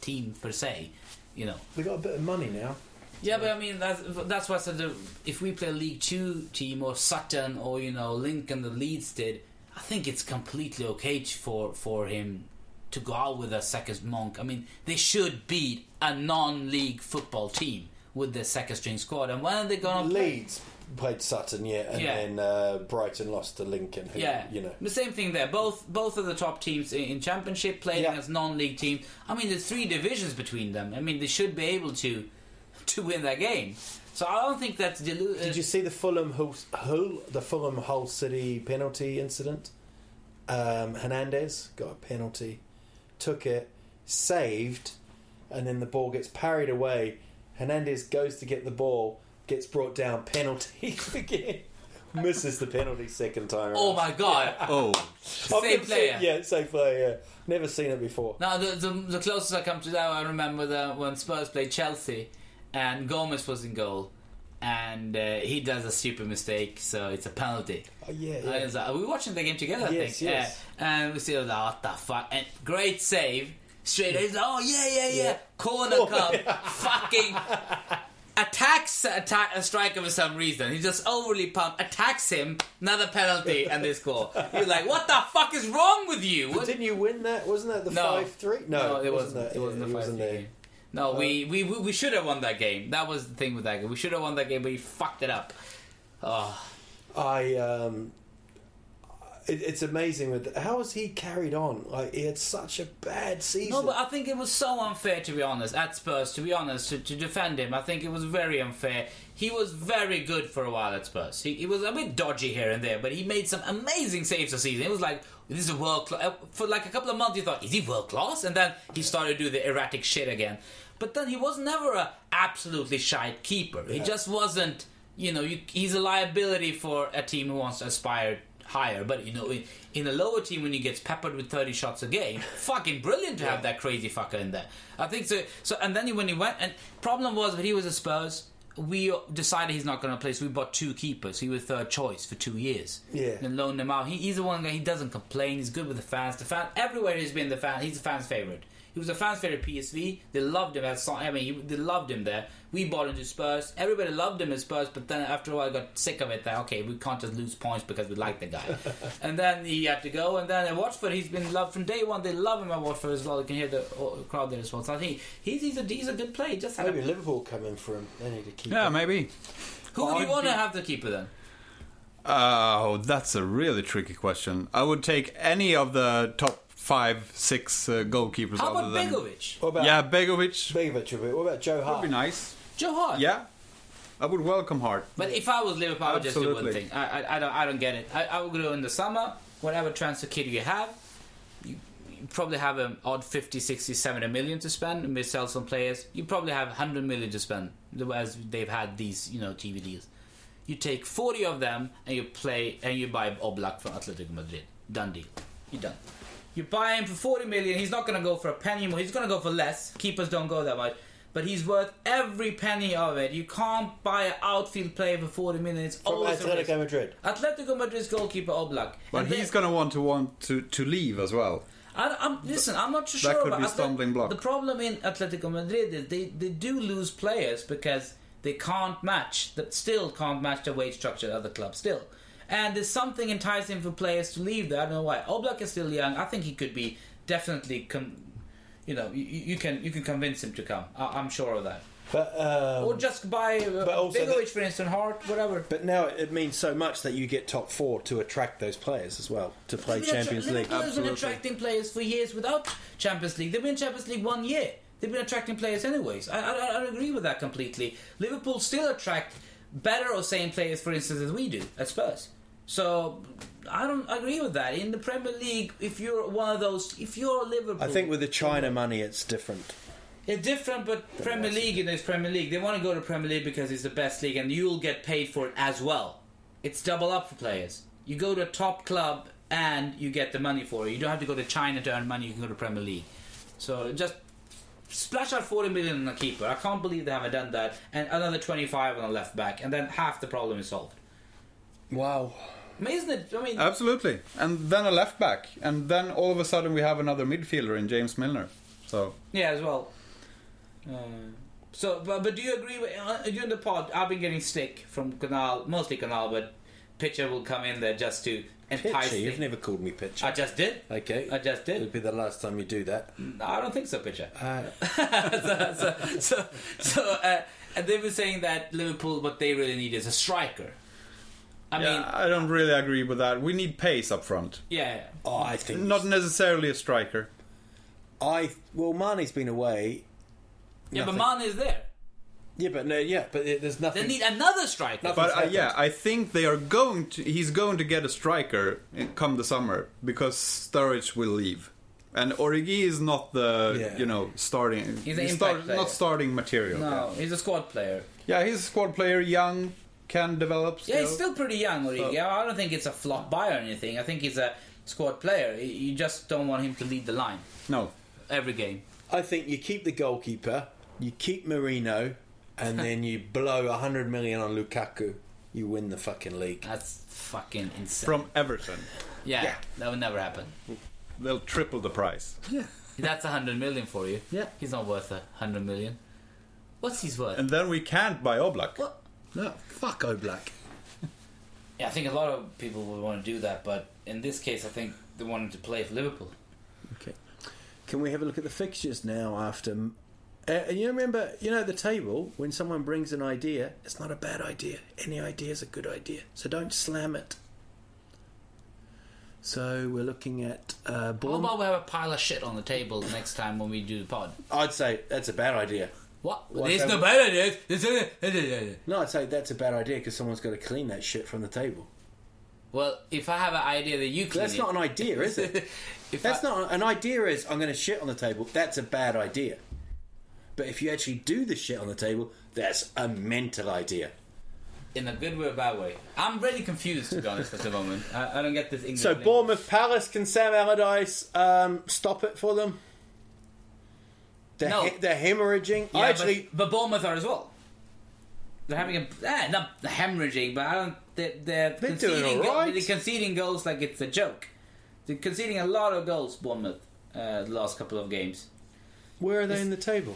[SPEAKER 2] team per se, you know.
[SPEAKER 1] We got a bit of money now.
[SPEAKER 2] Yeah, but I mean that's that's why I said that if we play a League Two team or Sutton or you know Lincoln the Leeds did, I think it's completely okay t- for for him to go out with a second monk. I mean they should beat a non-league football team with their second string squad. And when are they gonna play?
[SPEAKER 1] Leeds played Sutton, yeah, and
[SPEAKER 2] Yeah.
[SPEAKER 1] then uh, Brighton lost to Lincoln. Who,
[SPEAKER 2] Yeah,
[SPEAKER 1] you know.
[SPEAKER 2] the same thing there. Both both of the top teams in, in Championship playing
[SPEAKER 1] Yeah.
[SPEAKER 2] as non-league teams. I mean, there's three divisions between them. I mean, they should be able to to win that game. So I don't think that's delu- uh,
[SPEAKER 1] Did you see the Fulham Hull, Hull the Fulham Hull City penalty incident? Um, Hernandez got a penalty, took it, saved, and then the ball gets parried away. Hernandez goes to get the ball, gets brought down, penalty again, misses the penalty second time.
[SPEAKER 2] Oh my god!
[SPEAKER 3] Oh,
[SPEAKER 1] I've
[SPEAKER 2] Same
[SPEAKER 1] never
[SPEAKER 2] player.
[SPEAKER 1] Seen, yeah, same player. Yeah, never seen it before.
[SPEAKER 2] Now the, the the closest I come to that, I remember that when Spurs played Chelsea, and Gomez was in goal, and uh, he does a stupid mistake, so it's a penalty.
[SPEAKER 1] Oh, yeah,
[SPEAKER 2] I
[SPEAKER 1] yeah.
[SPEAKER 2] was like, are we watching the game together? I
[SPEAKER 1] Yes,
[SPEAKER 2] think.
[SPEAKER 1] yes.
[SPEAKER 2] Uh, and we see like, what the fuck? And great save. Straight away, he's like, oh yeah, yeah, yeah.
[SPEAKER 1] Yeah. Oh.
[SPEAKER 2] Corner cup, fucking attacks attack a striker for some reason. He just overly pumped, attacks him, another penalty, and they score. You're like, what the fuck is wrong with you?
[SPEAKER 1] But
[SPEAKER 2] What-
[SPEAKER 1] didn't you win that? Wasn't that the
[SPEAKER 2] no,
[SPEAKER 1] five three? No,
[SPEAKER 2] it wasn't.
[SPEAKER 1] that.
[SPEAKER 2] It wasn't
[SPEAKER 1] Yeah,
[SPEAKER 2] the uh,
[SPEAKER 1] he
[SPEAKER 2] five three.
[SPEAKER 1] there.
[SPEAKER 2] game. No, we, we we we should have won that game. That was the thing with that game. We should have won that game, but he fucked it up. Oh,
[SPEAKER 1] I um, it, it's amazing with how has he carried on? Like he had such a bad season.
[SPEAKER 2] no, but I think it was so unfair to be honest at Spurs. To be honest, to, to defend him, I think it was very unfair. He was very good for a while at Spurs. He, he was a bit dodgy here and there, but he made some amazing saves this season. It was like this is world class. For like a couple of months, you thought is he world class, and then he started to do the erratic shit again. But then he was never a absolutely shite keeper. He just wasn't. You know, you, he's a liability for a team who wants to aspire higher. But you know, in, in a lower team, when he gets peppered with thirty shots a game, fucking brilliant to have that crazy fucker in there. I think so. So and then he- when he went, and problem was when he was at Spurs, we decided he's not going to play. So we bought two keepers. He was third choice for two years.
[SPEAKER 1] Yeah.
[SPEAKER 2] and loaned him out. He, he's the one guy. He doesn't complain. He's good with the fans. The fan everywhere he's been, the fan. He's the fans' favorite. He was a fan's favorite at PSV. They loved him. At, Son- I mean, he- they loved him there. We bought into Spurs. Everybody loved him at Spurs, but then after a while, I got sick of it. That okay, we can't just lose points because we like the guy. and then he had to go. And then at Watford, he's been loved from day one. They love him at Watford as well. You can hear the uh, crowd there as well. So I think he's he's a, he's a good player. He Just had a-
[SPEAKER 1] Maybe Liverpool come in for him. They need to keep.
[SPEAKER 3] yeah,
[SPEAKER 1] him.
[SPEAKER 3] maybe.
[SPEAKER 2] who would you
[SPEAKER 3] I'd
[SPEAKER 2] want to
[SPEAKER 3] be-
[SPEAKER 2] have the keeper then?
[SPEAKER 3] Oh, that's a really tricky question. I would take any of the top five, six uh, goalkeepers.
[SPEAKER 2] How about
[SPEAKER 3] other than...
[SPEAKER 2] Begovic?
[SPEAKER 1] What about
[SPEAKER 3] Yeah, Begovic
[SPEAKER 1] Begovic? a bit? What about Joe
[SPEAKER 3] would
[SPEAKER 1] Hart?
[SPEAKER 3] be nice.
[SPEAKER 2] Joe Hart.
[SPEAKER 3] Yeah, I would welcome Hart.
[SPEAKER 2] But if I was Liverpool, I would just do one
[SPEAKER 3] Absolutely.
[SPEAKER 2] thing. I, I, I don't I don't get it. I, I would go in the summer, whatever transfer kid you have, you, you probably have an odd 50, 60, 70 million to spend and we sell some players. You probably have 100 million to spend the- as they've had these, you know, TV deals. You take 40 of them and you play and you buy Oblak from Atletico Madrid. Done deal. You're done. You buy him for 40 million. He's not going to go for a penny more. He's going to go for less. Keepers don't go that much. But he's worth every penny of it. You can't buy an outfield player for 40 million. It's
[SPEAKER 1] From
[SPEAKER 2] always a risk.
[SPEAKER 1] Atletico Madrid.
[SPEAKER 2] Atletico Madrid's goalkeeper Oblak.
[SPEAKER 3] But
[SPEAKER 2] And they-
[SPEAKER 3] he's gonna want to want to to leave as well.
[SPEAKER 2] I, I'm, listen, I'm not too
[SPEAKER 3] That
[SPEAKER 2] sure
[SPEAKER 3] could
[SPEAKER 2] about
[SPEAKER 3] be
[SPEAKER 2] Atlet-
[SPEAKER 3] stumbling block.
[SPEAKER 2] The problem in Atletico Madrid is they, they do lose players because they can't match, that still can't match the wage structure at other clubs, still. And there's something enticing for players to leave there. I don't know why. Oblak is still young. I think he could be definitely, com- you know, you, you you can you can convince him to come. I, I'm sure of that.
[SPEAKER 1] But um,
[SPEAKER 2] Or just buy uh,
[SPEAKER 1] But also
[SPEAKER 2] Begovic,
[SPEAKER 1] that-
[SPEAKER 2] for instance, Hart, whatever.
[SPEAKER 1] but now it it means so much that you get top four to attract those players as well to play
[SPEAKER 2] They've been attra-
[SPEAKER 1] Champions League.
[SPEAKER 2] Liverpool has been attracting players for years without Champions League. They've been in Champions League one year. They've been attracting players anyways. I, I, I agree with that completely. Liverpool still attract better or same players, for instance, as we do at Spurs. So I don't agree with that. In the Premier League, if you're one of those, if you're Liverpool,
[SPEAKER 1] I think with the China money, it's different.
[SPEAKER 2] It's different, but Premier League it is Premier League. They want to go to Premier League because it's the best league, and you'll get paid for it as well. It's double up for players. You go to a top club and you get the money for it. You don't have to go to China to earn money. You can go to Premier League. So just splash out 40 million on a keeper. I can't believe they haven't done that. And another 25 on a left back, and then half the problem is solved.
[SPEAKER 1] Wow.
[SPEAKER 2] I mean, isn't it? I mean,
[SPEAKER 3] Absolutely. And then a left back. And then all of a sudden we have another midfielder in James Milner. So
[SPEAKER 2] Yeah, as well. Uh, so, but, but do you agree with uh, during the pod? I've been getting stick from Canal, mostly Canal, but Pitcher will come in there just to entice.
[SPEAKER 1] Pitcher, you've
[SPEAKER 2] the-
[SPEAKER 1] never called me Pitcher.
[SPEAKER 2] I just did.
[SPEAKER 1] okay.
[SPEAKER 2] I just
[SPEAKER 1] It'll
[SPEAKER 2] did. Mm.
[SPEAKER 1] be the last time you do that.
[SPEAKER 2] I don't think so, Pitcher.
[SPEAKER 1] Uh,
[SPEAKER 2] so, so, so, so uh, and they've been saying that Liverpool, what they really need is a striker. I mean,
[SPEAKER 3] yeah, I don't really agree with that. We need pace up front.
[SPEAKER 2] yeah, yeah.
[SPEAKER 1] Oh, I think
[SPEAKER 3] Not necessarily a striker.
[SPEAKER 1] I well, Mane's been away.
[SPEAKER 2] yeah but
[SPEAKER 1] Nothing.
[SPEAKER 2] Mane is there.
[SPEAKER 1] Yeah, but no, yeah, but it, there's nothing.
[SPEAKER 2] They need another striker.
[SPEAKER 3] But uh,
[SPEAKER 1] happened.
[SPEAKER 3] yeah, I think they are going to. He's going to get a striker in- come the summer because Sturridge will leave, and Origi is not the
[SPEAKER 1] Yeah.
[SPEAKER 3] you know starting.
[SPEAKER 2] an impact player.
[SPEAKER 3] not starting material.
[SPEAKER 2] no, he's a squad player.
[SPEAKER 3] Yeah, he's a squad player, young, can develop. Still.
[SPEAKER 2] Yeah, he's still pretty young, Origi. I don't think it's a flop buy or anything. I think he's a squad player. You just don't want him to lead the line
[SPEAKER 3] no.
[SPEAKER 2] every game.
[SPEAKER 1] I think you keep the goalkeeper, you keep Marino, and then you blow hundred million on Lukaku. You win the fucking league.
[SPEAKER 2] That's fucking insane.
[SPEAKER 3] From Everton,
[SPEAKER 2] yeah, that would never happen.
[SPEAKER 3] they'll triple the price.
[SPEAKER 2] That's a hundred million for you.
[SPEAKER 3] Yeah.
[SPEAKER 2] he's not worth a hundred million. What's he's worth?
[SPEAKER 3] And then we can't buy Oblak.
[SPEAKER 2] What?
[SPEAKER 1] No, fuck Oblak.
[SPEAKER 2] Yeah, I think a lot of people would want to do that, but in this case, I think they wanted to play for Liverpool.
[SPEAKER 1] Okay. Can we have a look at the fixtures now after? Uh, you remember, you know, at the table, when someone brings an idea, it's not a bad idea. Any idea is a good idea. So don't slam it. So we're looking at uh,
[SPEAKER 2] How
[SPEAKER 1] Bournemouth.
[SPEAKER 2] about we have a pile of shit on the table next time when we do the pod?
[SPEAKER 1] I'd say that's a bad idea.
[SPEAKER 2] What?
[SPEAKER 1] What's
[SPEAKER 2] There's
[SPEAKER 1] that?
[SPEAKER 2] no bad ideas. There's no-
[SPEAKER 1] No, I'd say that's a bad idea because someone's got to clean that shit from the table.
[SPEAKER 2] Well, if I have an idea that you clean
[SPEAKER 1] That's
[SPEAKER 2] it-
[SPEAKER 1] not an idea, is it?
[SPEAKER 2] If
[SPEAKER 1] That's
[SPEAKER 2] I-
[SPEAKER 1] not an idea. Is I'm going to shit on the table. That's a bad idea. But if you actually do the shit on the table, that's a mental idea.
[SPEAKER 2] in a good way or bad way. I'm really confused to be honest at the moment. I, I don't get this English.
[SPEAKER 1] So
[SPEAKER 2] thing.
[SPEAKER 1] Bournemouth Palace can Sam Allardyce um, stop it for them? They're,
[SPEAKER 2] No.
[SPEAKER 1] he- they're hemorrhaging. I
[SPEAKER 2] yeah, but-
[SPEAKER 1] actually,
[SPEAKER 2] but, Bournemouth are as well. They're having a eh, not hemorrhaging, but I don't. They're, they're,
[SPEAKER 1] They're doing
[SPEAKER 2] conceding
[SPEAKER 1] all right.
[SPEAKER 2] they're conceding goals like it's a joke. They're conceding a lot of goals, Bournemouth, uh, the last couple of games.
[SPEAKER 1] where are they in the table?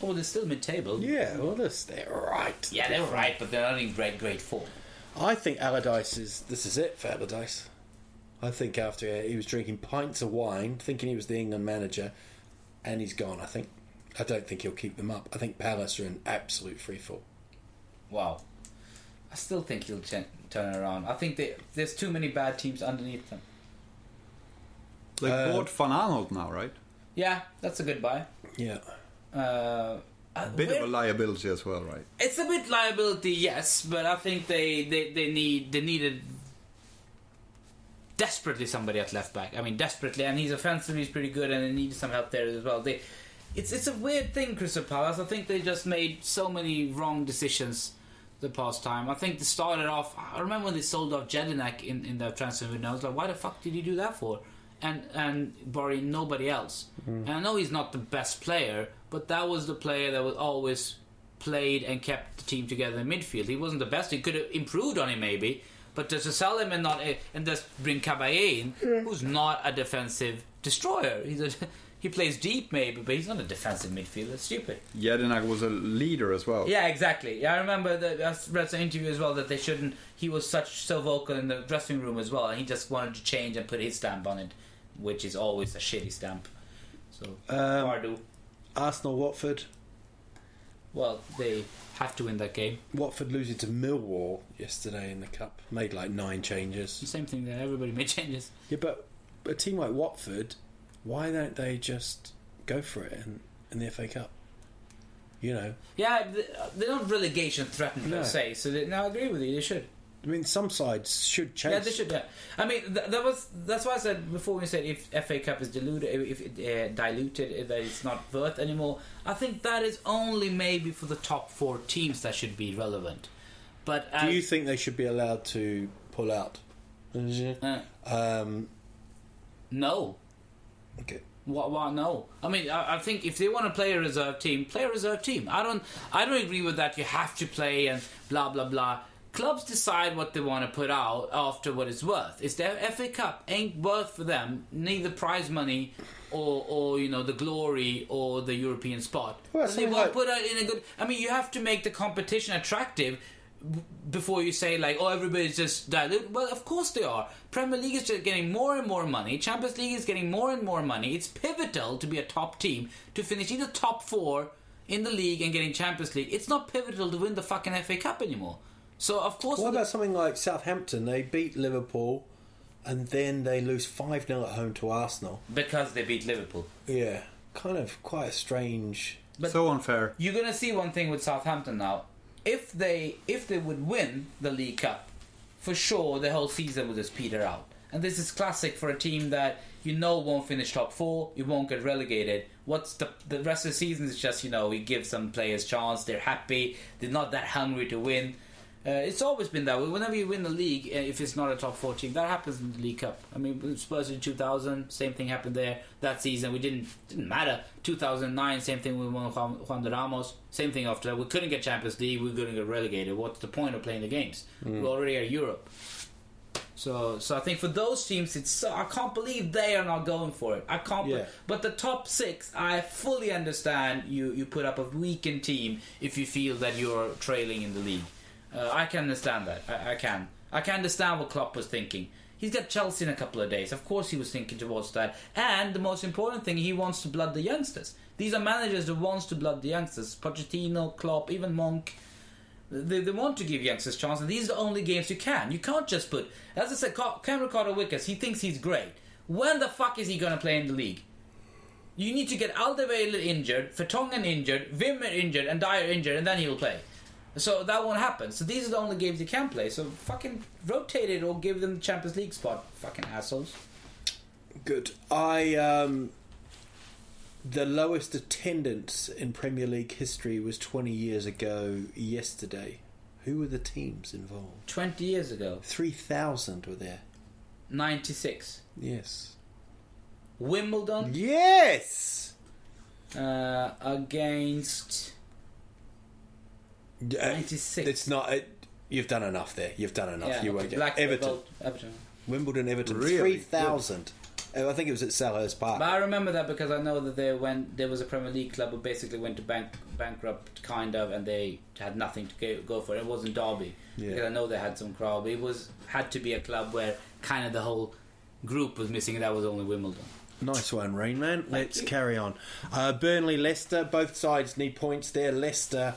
[SPEAKER 2] Oh, they're still mid-table.
[SPEAKER 1] Yeah, well, this they're right.
[SPEAKER 2] yeah, they're right, but they're not in great, great form.
[SPEAKER 1] I think Allardyce is. This is it for Allardyce. I think after he was drinking pints of wine, thinking he was the England manager, and he's gone. I think. I don't think he'll keep them up. I think Palace are in absolute freefall.
[SPEAKER 2] Wow. I still think he'll ch- turn it around. I think they, there's too many bad teams underneath them.
[SPEAKER 3] They bought Van Aanholt now, right?
[SPEAKER 2] Yeah, that's a good buy.
[SPEAKER 1] Yeah.
[SPEAKER 2] Uh,
[SPEAKER 3] A bit
[SPEAKER 2] where-
[SPEAKER 3] of a liability as well, right?
[SPEAKER 2] it's a bit liability, yes, but I think they, they, they need they needed desperately somebody at left back. I mean, desperately, and he's offensively he's pretty good, and they need some help there as well. They, it's it's a weird thing, Crystal Palace. I think they just made so many wrong decisions the past time. I think they started off. I remember when they sold off Jedinak in in their transfer window. I was like, why the fuck did you do that for? And and Barry nobody else. And I know he's not the best player, but that was the player that was always played and kept the team together in midfield. He wasn't the best. He could have improved on him maybe, but just to sell him and not eh, and just bring Caballé in, who's not a defensive destroyer. He's a, he plays deep maybe, but he's not a defensive midfielder. It's stupid.
[SPEAKER 3] Jedinak was a leader as well.
[SPEAKER 2] Yeah, exactly. Yeah, I remember that I read some interview as well that they shouldn't. He was such so vocal in the dressing room as well, and he just wanted to change and put his stamp on it, which is always a shitty stamp. So Pardew,
[SPEAKER 1] Arsenal, Watford.
[SPEAKER 2] well, they have to win that game.
[SPEAKER 1] Watford losing to Millwall yesterday in the cup made like nine changes.
[SPEAKER 2] Same thing there. Everybody made changes.
[SPEAKER 1] Yeah, but a team like Watford, why don't they just go for it in, in the FA Cup? You know,
[SPEAKER 2] Yeah, th- they're not relegation threatened per
[SPEAKER 1] No.
[SPEAKER 2] se. So they, no, I agree with you. They should.
[SPEAKER 1] I mean, some sides should chase.
[SPEAKER 2] Yeah, they should. Yeah. I mean, th- that was that's why I said before we said if FA Cup is diluted, if it, uh, diluted, uh, that it's not worth anymore. I think that is only maybe for the top four teams that should be relevant. But
[SPEAKER 1] Do
[SPEAKER 2] as,
[SPEAKER 1] you think they should be allowed to pull out?
[SPEAKER 2] uh,
[SPEAKER 1] Um,
[SPEAKER 2] no,
[SPEAKER 1] okay.
[SPEAKER 2] Why, why no? I mean, I, I think if they want to play a reserve team, play a reserve team. I don't, I don't agree with that. You have to play and blah blah blah. Clubs decide what they want to put out after what it's worth. It's their FA Cup ain't worth for them neither prize money or or you know the glory or the European spot.
[SPEAKER 1] Well,
[SPEAKER 2] so they
[SPEAKER 1] so
[SPEAKER 2] won't
[SPEAKER 1] like-
[SPEAKER 2] put out in a good. I mean, you have to make the competition attractive b- before you say like, oh, everybody's just dilute. Well, of course they are. Premier League is just getting more and more money. Champions League is getting more and more money. It's pivotal to be a top team to finish either top four in the league and getting Champions League. It's not pivotal to win the fucking FA Cup anymore. So of course,
[SPEAKER 1] What about something like Southampton? They beat Liverpool, and then they lose five 0 at home to Arsenal.
[SPEAKER 2] because they beat Liverpool.
[SPEAKER 1] Yeah, kind of quite a strange.
[SPEAKER 3] so unfair.
[SPEAKER 2] you're gonna see one thing with Southampton now. If they if they would win the League Cup, for sure the whole season would just peter out. And this is classic for a team that you know won't finish top four, you won't get relegated. What's the the rest of the season is just you know we give some players chance, they're happy, they're not that hungry to win. Uh, it's always been that way. Whenever you win the league, uh, if it's not a top four team, that happens in the League Cup. I mean, with Spurs in 2000, same thing happened there that season. We didn't didn't matter. 2009, same thing with Juan, Juan de Ramos. Same thing after that. We couldn't get Champions League. We couldn't get relegated. What's the point of playing the games? We already are Europe. So, so I think for those teams, it's so, I can't believe they are not going for it. I can't. be-
[SPEAKER 1] Yeah.
[SPEAKER 2] but the top six, I fully understand. You you put up a weakened team if you feel that you're trailing in the league. Uh, I can understand that. I, I can. I can understand what Klopp was thinking. He's got Chelsea in a couple of days. Of course, he was thinking towards that. And the most important thing, he wants to blood the youngsters. These are managers that wants to blood the youngsters. Pochettino, Klopp, even Monk they, they want to give youngsters chance, and these are the only games you can. You can't just put. As I said, Ca- Cameron Carter Wickers, he thinks he's great. When the fuck is he gonna play in the league? You need to get Alderweireld injured, Vertonghen injured, Wimmer injured, and Dyer injured, and then he'll play. So that won't happen. So these are the only games you can play. So fucking rotate it or give them the Champions League spot. Fucking assholes.
[SPEAKER 1] Good. I um, the lowest attendance in Premier League history was twenty years ago yesterday. Who were the teams involved?
[SPEAKER 2] Twenty years ago,
[SPEAKER 1] Three thousand were there.
[SPEAKER 2] ninety six,
[SPEAKER 1] Yes.
[SPEAKER 2] Wimbledon
[SPEAKER 1] Yes.
[SPEAKER 2] uh, against
[SPEAKER 1] Ninety
[SPEAKER 2] 96.
[SPEAKER 1] uh, It's not. It, you've done enough there. You've done enough.
[SPEAKER 2] yeah,
[SPEAKER 1] you won't get
[SPEAKER 2] Blackburn-
[SPEAKER 1] Everton.
[SPEAKER 2] Everton.
[SPEAKER 1] Wimbledon, Everton,
[SPEAKER 3] Really
[SPEAKER 1] three thousand. Oh, I think it was at Selhurst Park.
[SPEAKER 2] But I remember that because I know that they went. There was a Premier League club who basically went to bank, bankrupt, kind of, and they had nothing to go, go for. It wasn't Derby
[SPEAKER 1] Yeah.
[SPEAKER 2] because I know they had some crowd. But it was had to be a club where kind of the whole group was missing. and That was only Wimbledon.
[SPEAKER 1] Nice one, Rain Man. Let's carry on. Uh, Burnley, Leicester. Both sides need points there. Leicester.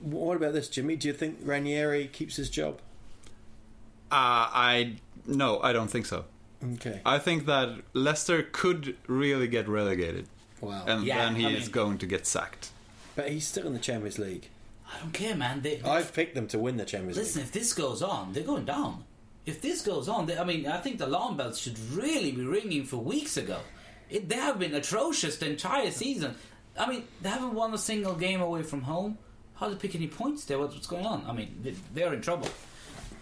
[SPEAKER 1] What about this, Jimmy? Do you think Ranieri keeps his job?
[SPEAKER 3] Uh, I no, I don't think so.
[SPEAKER 1] Okay.
[SPEAKER 3] I think that Leicester could really get relegated,
[SPEAKER 1] wow.
[SPEAKER 3] and
[SPEAKER 2] Yeah,
[SPEAKER 3] then he
[SPEAKER 2] I
[SPEAKER 3] is
[SPEAKER 2] mean-
[SPEAKER 3] going to get sacked.
[SPEAKER 1] but he's still in the Champions League.
[SPEAKER 2] I don't care, man. They,
[SPEAKER 1] I've picked them to win the Champions
[SPEAKER 2] listen,
[SPEAKER 1] League.
[SPEAKER 2] if this goes on, they're going down. If this goes on, they, I mean, I think the alarm bells should really be ringing for weeks ago. It, they have been atrocious the entire season. I mean, they haven't won a single game away from home. How to pick any points there? What's, what's going on? I mean, they, they're in trouble.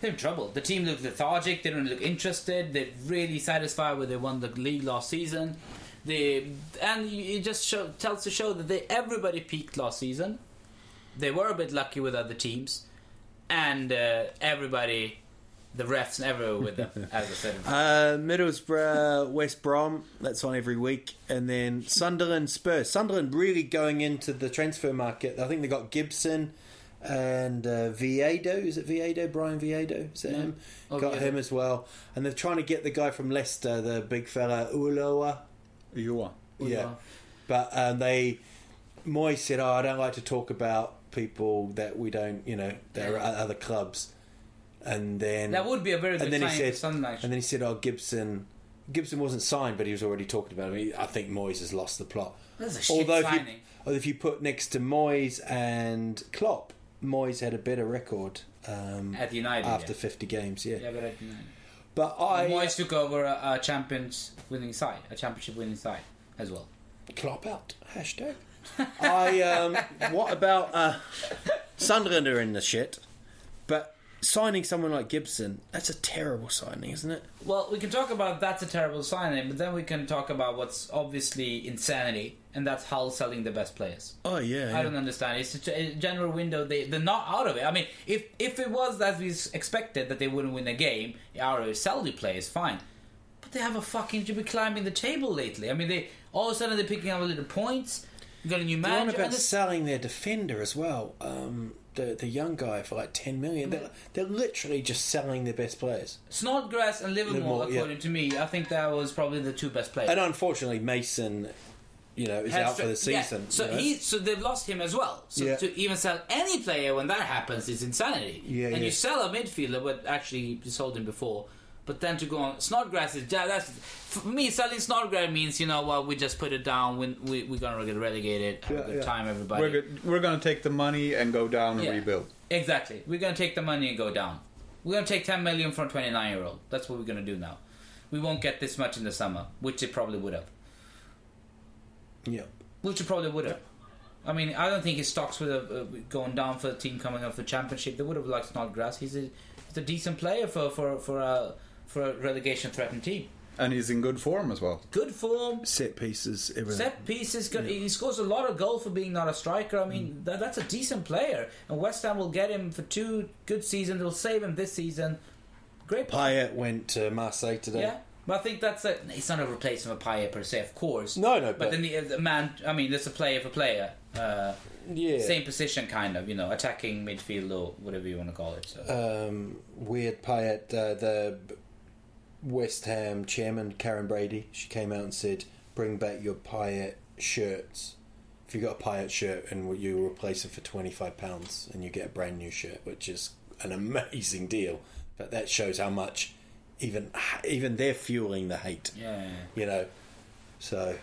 [SPEAKER 2] They're in trouble. The team look lethargic. They don't look interested. They're really satisfied with they won the league last season. They and it just show, tells to show that they everybody peaked last season. They were a bit lucky with other teams, and uh, everybody, the refs, and everyone with them. as I said,
[SPEAKER 1] Uh, Middlesbrough, West Brom. That's on every week. And then Sunderland, Spurs. Sunderland really going into the transfer market. I think they got Gibson and uh, Viedo. Is it Viedo? Brian Viedo? Is it him?
[SPEAKER 2] Oh,
[SPEAKER 1] got
[SPEAKER 2] Viedo.
[SPEAKER 1] him as well. And they're trying to get the guy from Leicester, the big fella, Uloa.
[SPEAKER 3] You are.
[SPEAKER 1] Yeah. But um, they, Moy said, "Oh, I don't like to talk about people that we don't, you know, that are at other clubs." And then
[SPEAKER 2] That would be a very good
[SPEAKER 1] and then he
[SPEAKER 2] signing
[SPEAKER 1] said,
[SPEAKER 2] for Sunderland,
[SPEAKER 1] and then he said, "Oh, Gibson." Gibson wasn't signed, but he was already talking about him. He- I think Moyes has lost the plot.
[SPEAKER 2] That's a
[SPEAKER 1] if
[SPEAKER 2] shit
[SPEAKER 1] you,
[SPEAKER 2] signing.
[SPEAKER 1] although if you put next to Moyes and Klopp, Moyes had a better record um,
[SPEAKER 2] At United,
[SPEAKER 1] after
[SPEAKER 2] yeah.
[SPEAKER 1] 50 games. Yeah,
[SPEAKER 2] Yeah, but at United.
[SPEAKER 1] but I
[SPEAKER 2] Moyes took over a, a champions winning side, a championship winning side as well.
[SPEAKER 1] Clop out. Hashtag. I um, what about uh, Sunderland are in the shit, but signing someone like Gibson that's a terrible signing, isn't it?
[SPEAKER 2] Well, we can talk about that's a terrible signing, but then we can talk about what's obviously insanity, and that's Hull selling the best players.
[SPEAKER 1] Oh yeah,
[SPEAKER 2] I don't understand. It's such a a general window. They they're not out of it. I mean, if if it was as we s- expected that they wouldn't win a game, our Saudi players fine, but they have a fucking to be climbing the table lately. I mean, they all of a sudden they're picking up a little points. You got a new
[SPEAKER 1] They're on
[SPEAKER 2] manager.
[SPEAKER 1] about
[SPEAKER 2] and it's-
[SPEAKER 1] selling their defender as well. Um, the the young guy for like ten million. They're, they're literally just selling their best players,
[SPEAKER 2] Snodgrass and Livermore,
[SPEAKER 1] Livermore, yeah.
[SPEAKER 2] according to me, I think that was probably the two best players.
[SPEAKER 1] and unfortunately Mason, you know, is
[SPEAKER 2] Has
[SPEAKER 1] out
[SPEAKER 2] to-
[SPEAKER 1] for the
[SPEAKER 2] yeah,
[SPEAKER 1] season.
[SPEAKER 2] So
[SPEAKER 1] you know.
[SPEAKER 2] he, so they've lost him as well. So
[SPEAKER 1] Yeah.
[SPEAKER 2] to even sell any player when that happens is insanity.
[SPEAKER 1] Yeah,
[SPEAKER 2] and
[SPEAKER 1] yeah.
[SPEAKER 2] you sell a midfielder, but actually you sold him before. But then to go on Snodgrass is yeah, that's for me selling Snodgrass means you know what we just put it down when we we're gonna get relegated. Have a good time, everybody.
[SPEAKER 3] We're, good. we're gonna take the money and go down and
[SPEAKER 2] Yeah.
[SPEAKER 3] rebuild.
[SPEAKER 2] Exactly. We're gonna take the money and go down. We're gonna take ten million from twenty nine year old. That's what we're gonna do now. We won't get this much in the summer, which it probably would have.
[SPEAKER 1] yeah.
[SPEAKER 2] Which it probably would have. I mean, I don't think his stocks would have uh, gone down for the team coming up for championship. They would have liked Snodgrass. He's a, he's a decent player for for for a for a relegation threatened team.
[SPEAKER 3] And he's in good form as well.
[SPEAKER 2] Good form,
[SPEAKER 1] Set pieces, everything.
[SPEAKER 2] set pieces. Good. He scores a lot of goal for being not a striker. I mean,
[SPEAKER 1] Mm.
[SPEAKER 2] that, that's a decent player. And West Ham will get him for two good seasons. They'll save him this season. Great player.
[SPEAKER 1] Payet went to Marseille today.
[SPEAKER 2] Yeah. But I think that's a. It's not a replacement of Payet per se, of course.
[SPEAKER 1] No, no,
[SPEAKER 2] But,
[SPEAKER 1] but-
[SPEAKER 2] then the, uh, the man. I mean, there's a player for player. Uh,
[SPEAKER 1] Yeah.
[SPEAKER 2] Same position, kind of. You know, attacking midfield or whatever you want to call it. So.
[SPEAKER 1] um, weird Payet, uh, the West Ham chairman, Karen Brady, she came out and said, bring back your Payet shirts. If you got a Payet shirt and you replace it for £25 and you get a brand new shirt, which is an amazing deal. But that shows how much even even they're fueling the hate.
[SPEAKER 2] yeah.
[SPEAKER 1] You know, so.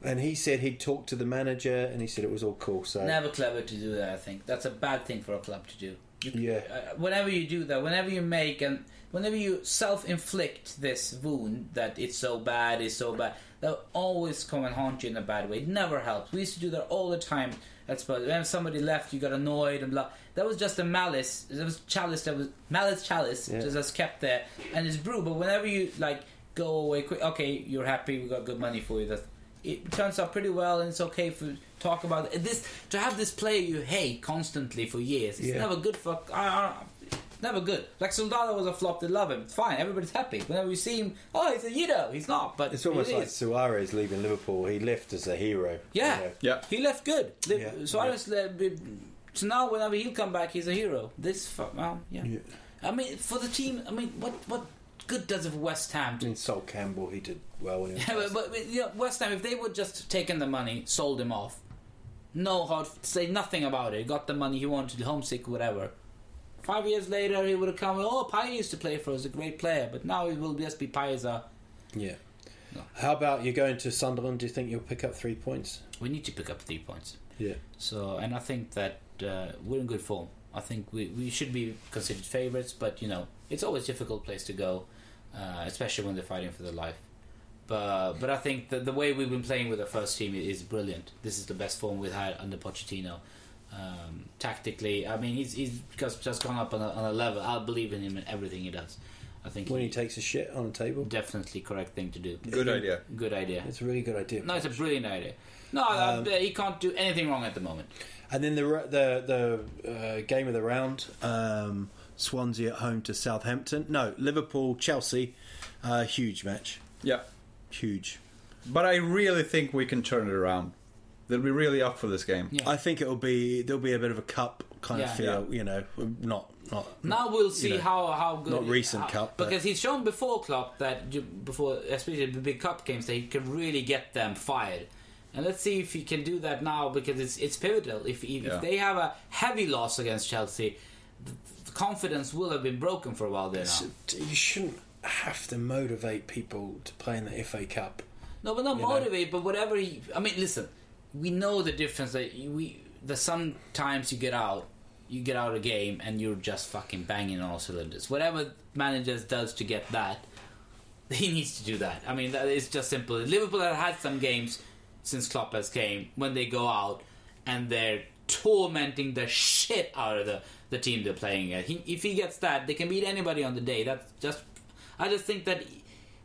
[SPEAKER 1] And he said he'd talked to the manager and he said it was all cool. So
[SPEAKER 2] Never clever to do that. I think that's a bad thing for a club to do. You,
[SPEAKER 1] Yeah.
[SPEAKER 2] Uh, whenever you do that, whenever you make and whenever you self-inflict this wound that it's so bad, it's so bad, they'll always come and haunt you in a bad way. It never helps. We used to do that all the time. That's but when somebody left, you got annoyed and blah. That was just a malice. That was chalice. That was malice chalice. Just that's kept there and it's brewed. But whenever you like go away quick, okay, you're happy. We got good money for you. That's it turns out pretty well and it's okay for talk about it. this to have this player you hate constantly for years it's
[SPEAKER 1] Yeah.
[SPEAKER 2] never good for I- I- never good like Soldado was a flop they love him it's fine everybody's happy whenever you see him oh he's a Yido he's not but
[SPEAKER 1] It's almost
[SPEAKER 2] it
[SPEAKER 1] like
[SPEAKER 2] is.
[SPEAKER 1] Suarez leaving Liverpool. He left as a hero.
[SPEAKER 2] yeah.
[SPEAKER 1] you know.
[SPEAKER 3] Yeah.
[SPEAKER 2] he left good the,
[SPEAKER 1] Yeah.
[SPEAKER 2] Suarez uh, be- so now whenever he'll come back he's a hero this fu- well, yeah. I mean for the team I mean what what good does it for West Ham
[SPEAKER 1] I
[SPEAKER 2] to
[SPEAKER 1] mean, Sol Campbell, he did well. When he was
[SPEAKER 2] Yeah, but, but- but, you know, West Ham, if they would just taken the money, sold him off, no hard, say nothing about it, got the money he wanted, homesick, whatever. Five years later, he would have come. Oh, Pye used to play for us, a great player, but now he will just be Pye's. Uh,
[SPEAKER 1] yeah. How about you going to Sunderland? Do you think you'll pick up three points?
[SPEAKER 2] we need to pick up three points.
[SPEAKER 1] Yeah.
[SPEAKER 2] So, and I think that uh, we're in good form. I think we, we should be considered favourites, but you know, it's always a difficult place to go, uh, especially when they're fighting for their life. But but I think that the way we've been playing with the first team is brilliant. This is the best form we've had under Pochettino. Um, tactically, I mean, he's he's just, just gone up on a, on a level. I believe in him in everything he does. I think
[SPEAKER 1] When
[SPEAKER 2] he,
[SPEAKER 1] he takes a shit on a table?
[SPEAKER 2] definitely correct thing to do.
[SPEAKER 3] Good idea.
[SPEAKER 2] Good idea.
[SPEAKER 1] It's a really good idea.
[SPEAKER 2] No, it's a brilliant idea. No, I- I- he can't do anything wrong at the moment.
[SPEAKER 1] And then the ra- the the uh, game of the round, um, Swansea at home to Southampton. No, Liverpool, Chelsea, uh, huge match,
[SPEAKER 3] Yeah.
[SPEAKER 1] huge.
[SPEAKER 3] But I really think we can turn it around. They'll be really up for this game.
[SPEAKER 2] Yeah.
[SPEAKER 1] I think it'll be there'll be a bit of a cup kind
[SPEAKER 2] Yeah.
[SPEAKER 1] of feel. You know, not not
[SPEAKER 2] Now we'll see
[SPEAKER 1] know,
[SPEAKER 2] how how good.
[SPEAKER 1] not recent
[SPEAKER 2] how-
[SPEAKER 1] cup, but-
[SPEAKER 2] because he's shown before Klopp that you- before especially the big cup games that he can really get them fired. And let's see if he can do that now because it's it's pivotal. If if,
[SPEAKER 3] Yeah.
[SPEAKER 2] if they have a heavy loss against Chelsea, the, the confidence will have been broken for a while there now.
[SPEAKER 1] you shouldn't have to motivate people to play in the FA Cup.
[SPEAKER 2] No, but not
[SPEAKER 1] know?
[SPEAKER 2] motivate. But whatever. He, I mean, listen. We know the difference that we. The sometimes you get out you get out of the game and you're just fucking banging on all cylinders. Whatever managers does to get that, he needs to do that. I mean, that is just simple. Liverpool have had some games since Klopp has came when they go out and they're tormenting the shit out of the, the team they're playing at. He, if he gets that, they can beat anybody on the day. That's just, I just think that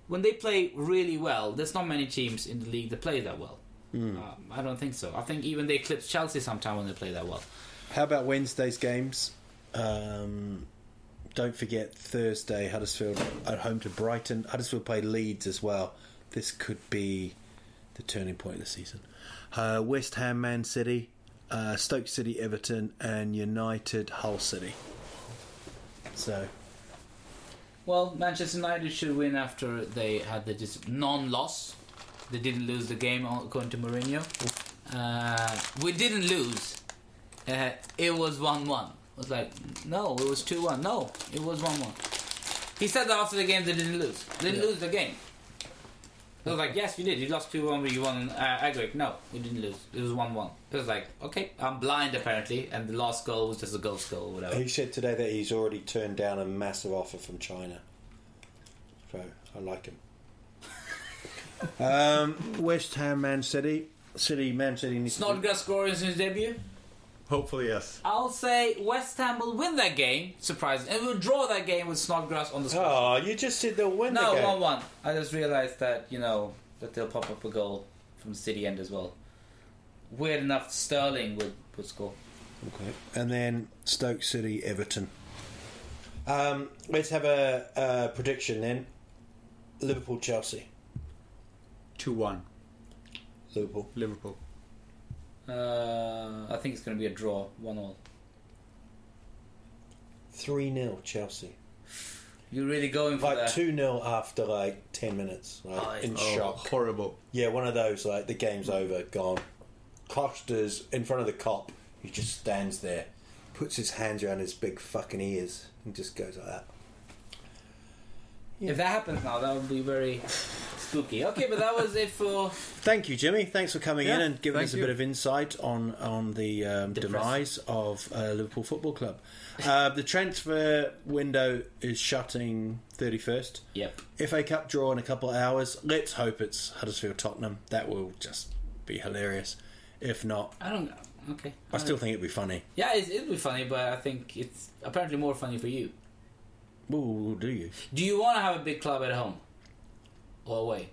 [SPEAKER 2] when they play really well, there's not many teams in the league that play that well. Um, I don't think so. I think even they eclipse Chelsea sometime when they play that well.
[SPEAKER 1] How about Wednesday's games? Um, don't forget Thursday, Huddersfield at home to Brighton. Huddersfield play Leeds as well. This could be the turning point of the season. Uh, West Ham, Man City, uh, Stoke City, Everton, and United, Hull City. So,
[SPEAKER 2] Well, Manchester United should win after they had the dis- non-loss. They didn't lose the game according to Mourinho. Uh, we didn't lose. Uh, it was one-one. It was like no, it was two-one. No, it was one-one. He said that after the game they didn't lose. They didn't lose the game. It was like yes, you did. You lost two-one, but you won. Uh, aggregate. No, we didn't lose. It was one-one. It was like okay, I'm blind apparently, and the last goal was just a goal goal or whatever.
[SPEAKER 1] he said today that he's already turned down a massive offer from China. So, I like him. um, West Ham, Man City. City, Man City needs to do-
[SPEAKER 2] Snodgrass scoring since debut.
[SPEAKER 3] Hopefully, yes.
[SPEAKER 2] I'll say West Ham will win that game, surprising, and we'll draw that game with Snodgrass on the score.
[SPEAKER 1] Oh, you just said they'll win
[SPEAKER 2] no,
[SPEAKER 1] the game.
[SPEAKER 2] one-one. I just realised that you know that they'll pop up a goal from City end as well. Weird enough, Sterling would would score.
[SPEAKER 1] Okay. And then Stoke City, Everton. Um, let's have a, a prediction then. Liverpool, Chelsea.
[SPEAKER 3] 2 1.
[SPEAKER 1] Liverpool.
[SPEAKER 3] Liverpool.
[SPEAKER 2] Uh, I think it's going to be a draw, one all.
[SPEAKER 1] 3 0, Chelsea.
[SPEAKER 2] You're really going for
[SPEAKER 1] Like
[SPEAKER 2] that?
[SPEAKER 1] 2 0 after like 10 minutes. Like,
[SPEAKER 2] Oh,
[SPEAKER 1] in
[SPEAKER 2] it's-
[SPEAKER 1] shock.
[SPEAKER 3] Horrible.
[SPEAKER 1] Yeah, one of those, like, the game's over, gone. Costa's in front of the cop. He just stands there, puts his hands around his big fucking ears, and just goes like that.
[SPEAKER 2] If that happens now, that would be very spooky. Okay, but that was it for.
[SPEAKER 1] Thank you, Jimmy. Thanks for coming in
[SPEAKER 3] Yeah,
[SPEAKER 1] and giving
[SPEAKER 3] thank
[SPEAKER 1] us a
[SPEAKER 3] you.
[SPEAKER 1] bit of insight on on the um,
[SPEAKER 2] Depressing.
[SPEAKER 1] demise of uh, Liverpool Football Club. Uh, the transfer window is shutting thirty first.
[SPEAKER 2] Yep.
[SPEAKER 1] FA Cup draw in a couple of hours. Let's hope it's Huddersfield Tottenham. That will just be hilarious. If not,
[SPEAKER 2] I don't. Okay.
[SPEAKER 1] I still think it'd be funny.
[SPEAKER 2] Yeah, it's, it'll be funny, but I think it's apparently more funny for you.
[SPEAKER 1] Ooh, do you?
[SPEAKER 2] Do you want to have a big club at home or away?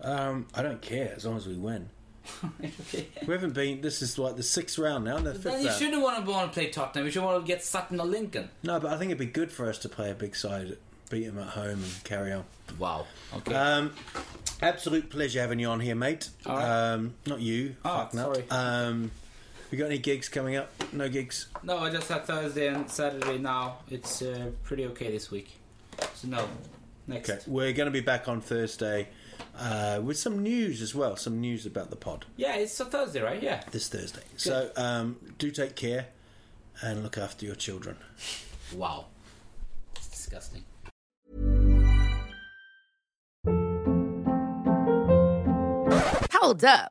[SPEAKER 1] Um, I don't care as long as we win.
[SPEAKER 2] okay.
[SPEAKER 1] We haven't been. This is like the sixth round now. The
[SPEAKER 2] Then
[SPEAKER 1] fifth
[SPEAKER 2] you
[SPEAKER 1] round.
[SPEAKER 2] shouldn't want to want to play Tottenham. You should want to get Sutton or Lincoln.
[SPEAKER 1] No, but I think it'd be good for us to play a big side, beat them at home, and carry on.
[SPEAKER 2] Wow. Okay.
[SPEAKER 1] Um, absolute pleasure having you on here, mate.
[SPEAKER 2] All right.
[SPEAKER 1] Um, not you.
[SPEAKER 2] Oh,
[SPEAKER 1] fuck nut.
[SPEAKER 2] sorry.
[SPEAKER 1] Um, we got any gigs coming up? No gigs.
[SPEAKER 2] no, I just had Thursday and Saturday. Now it's uh, pretty okay this week. So no, next.
[SPEAKER 1] Okay, we're going to be back on Thursday uh, with some news as well. Some news about the pod
[SPEAKER 2] Yeah, it's a Thursday, right? Yeah.
[SPEAKER 1] this Thursday. So um, do take care and look after your children.
[SPEAKER 2] Wow. It's disgusting.
[SPEAKER 4] Hold up.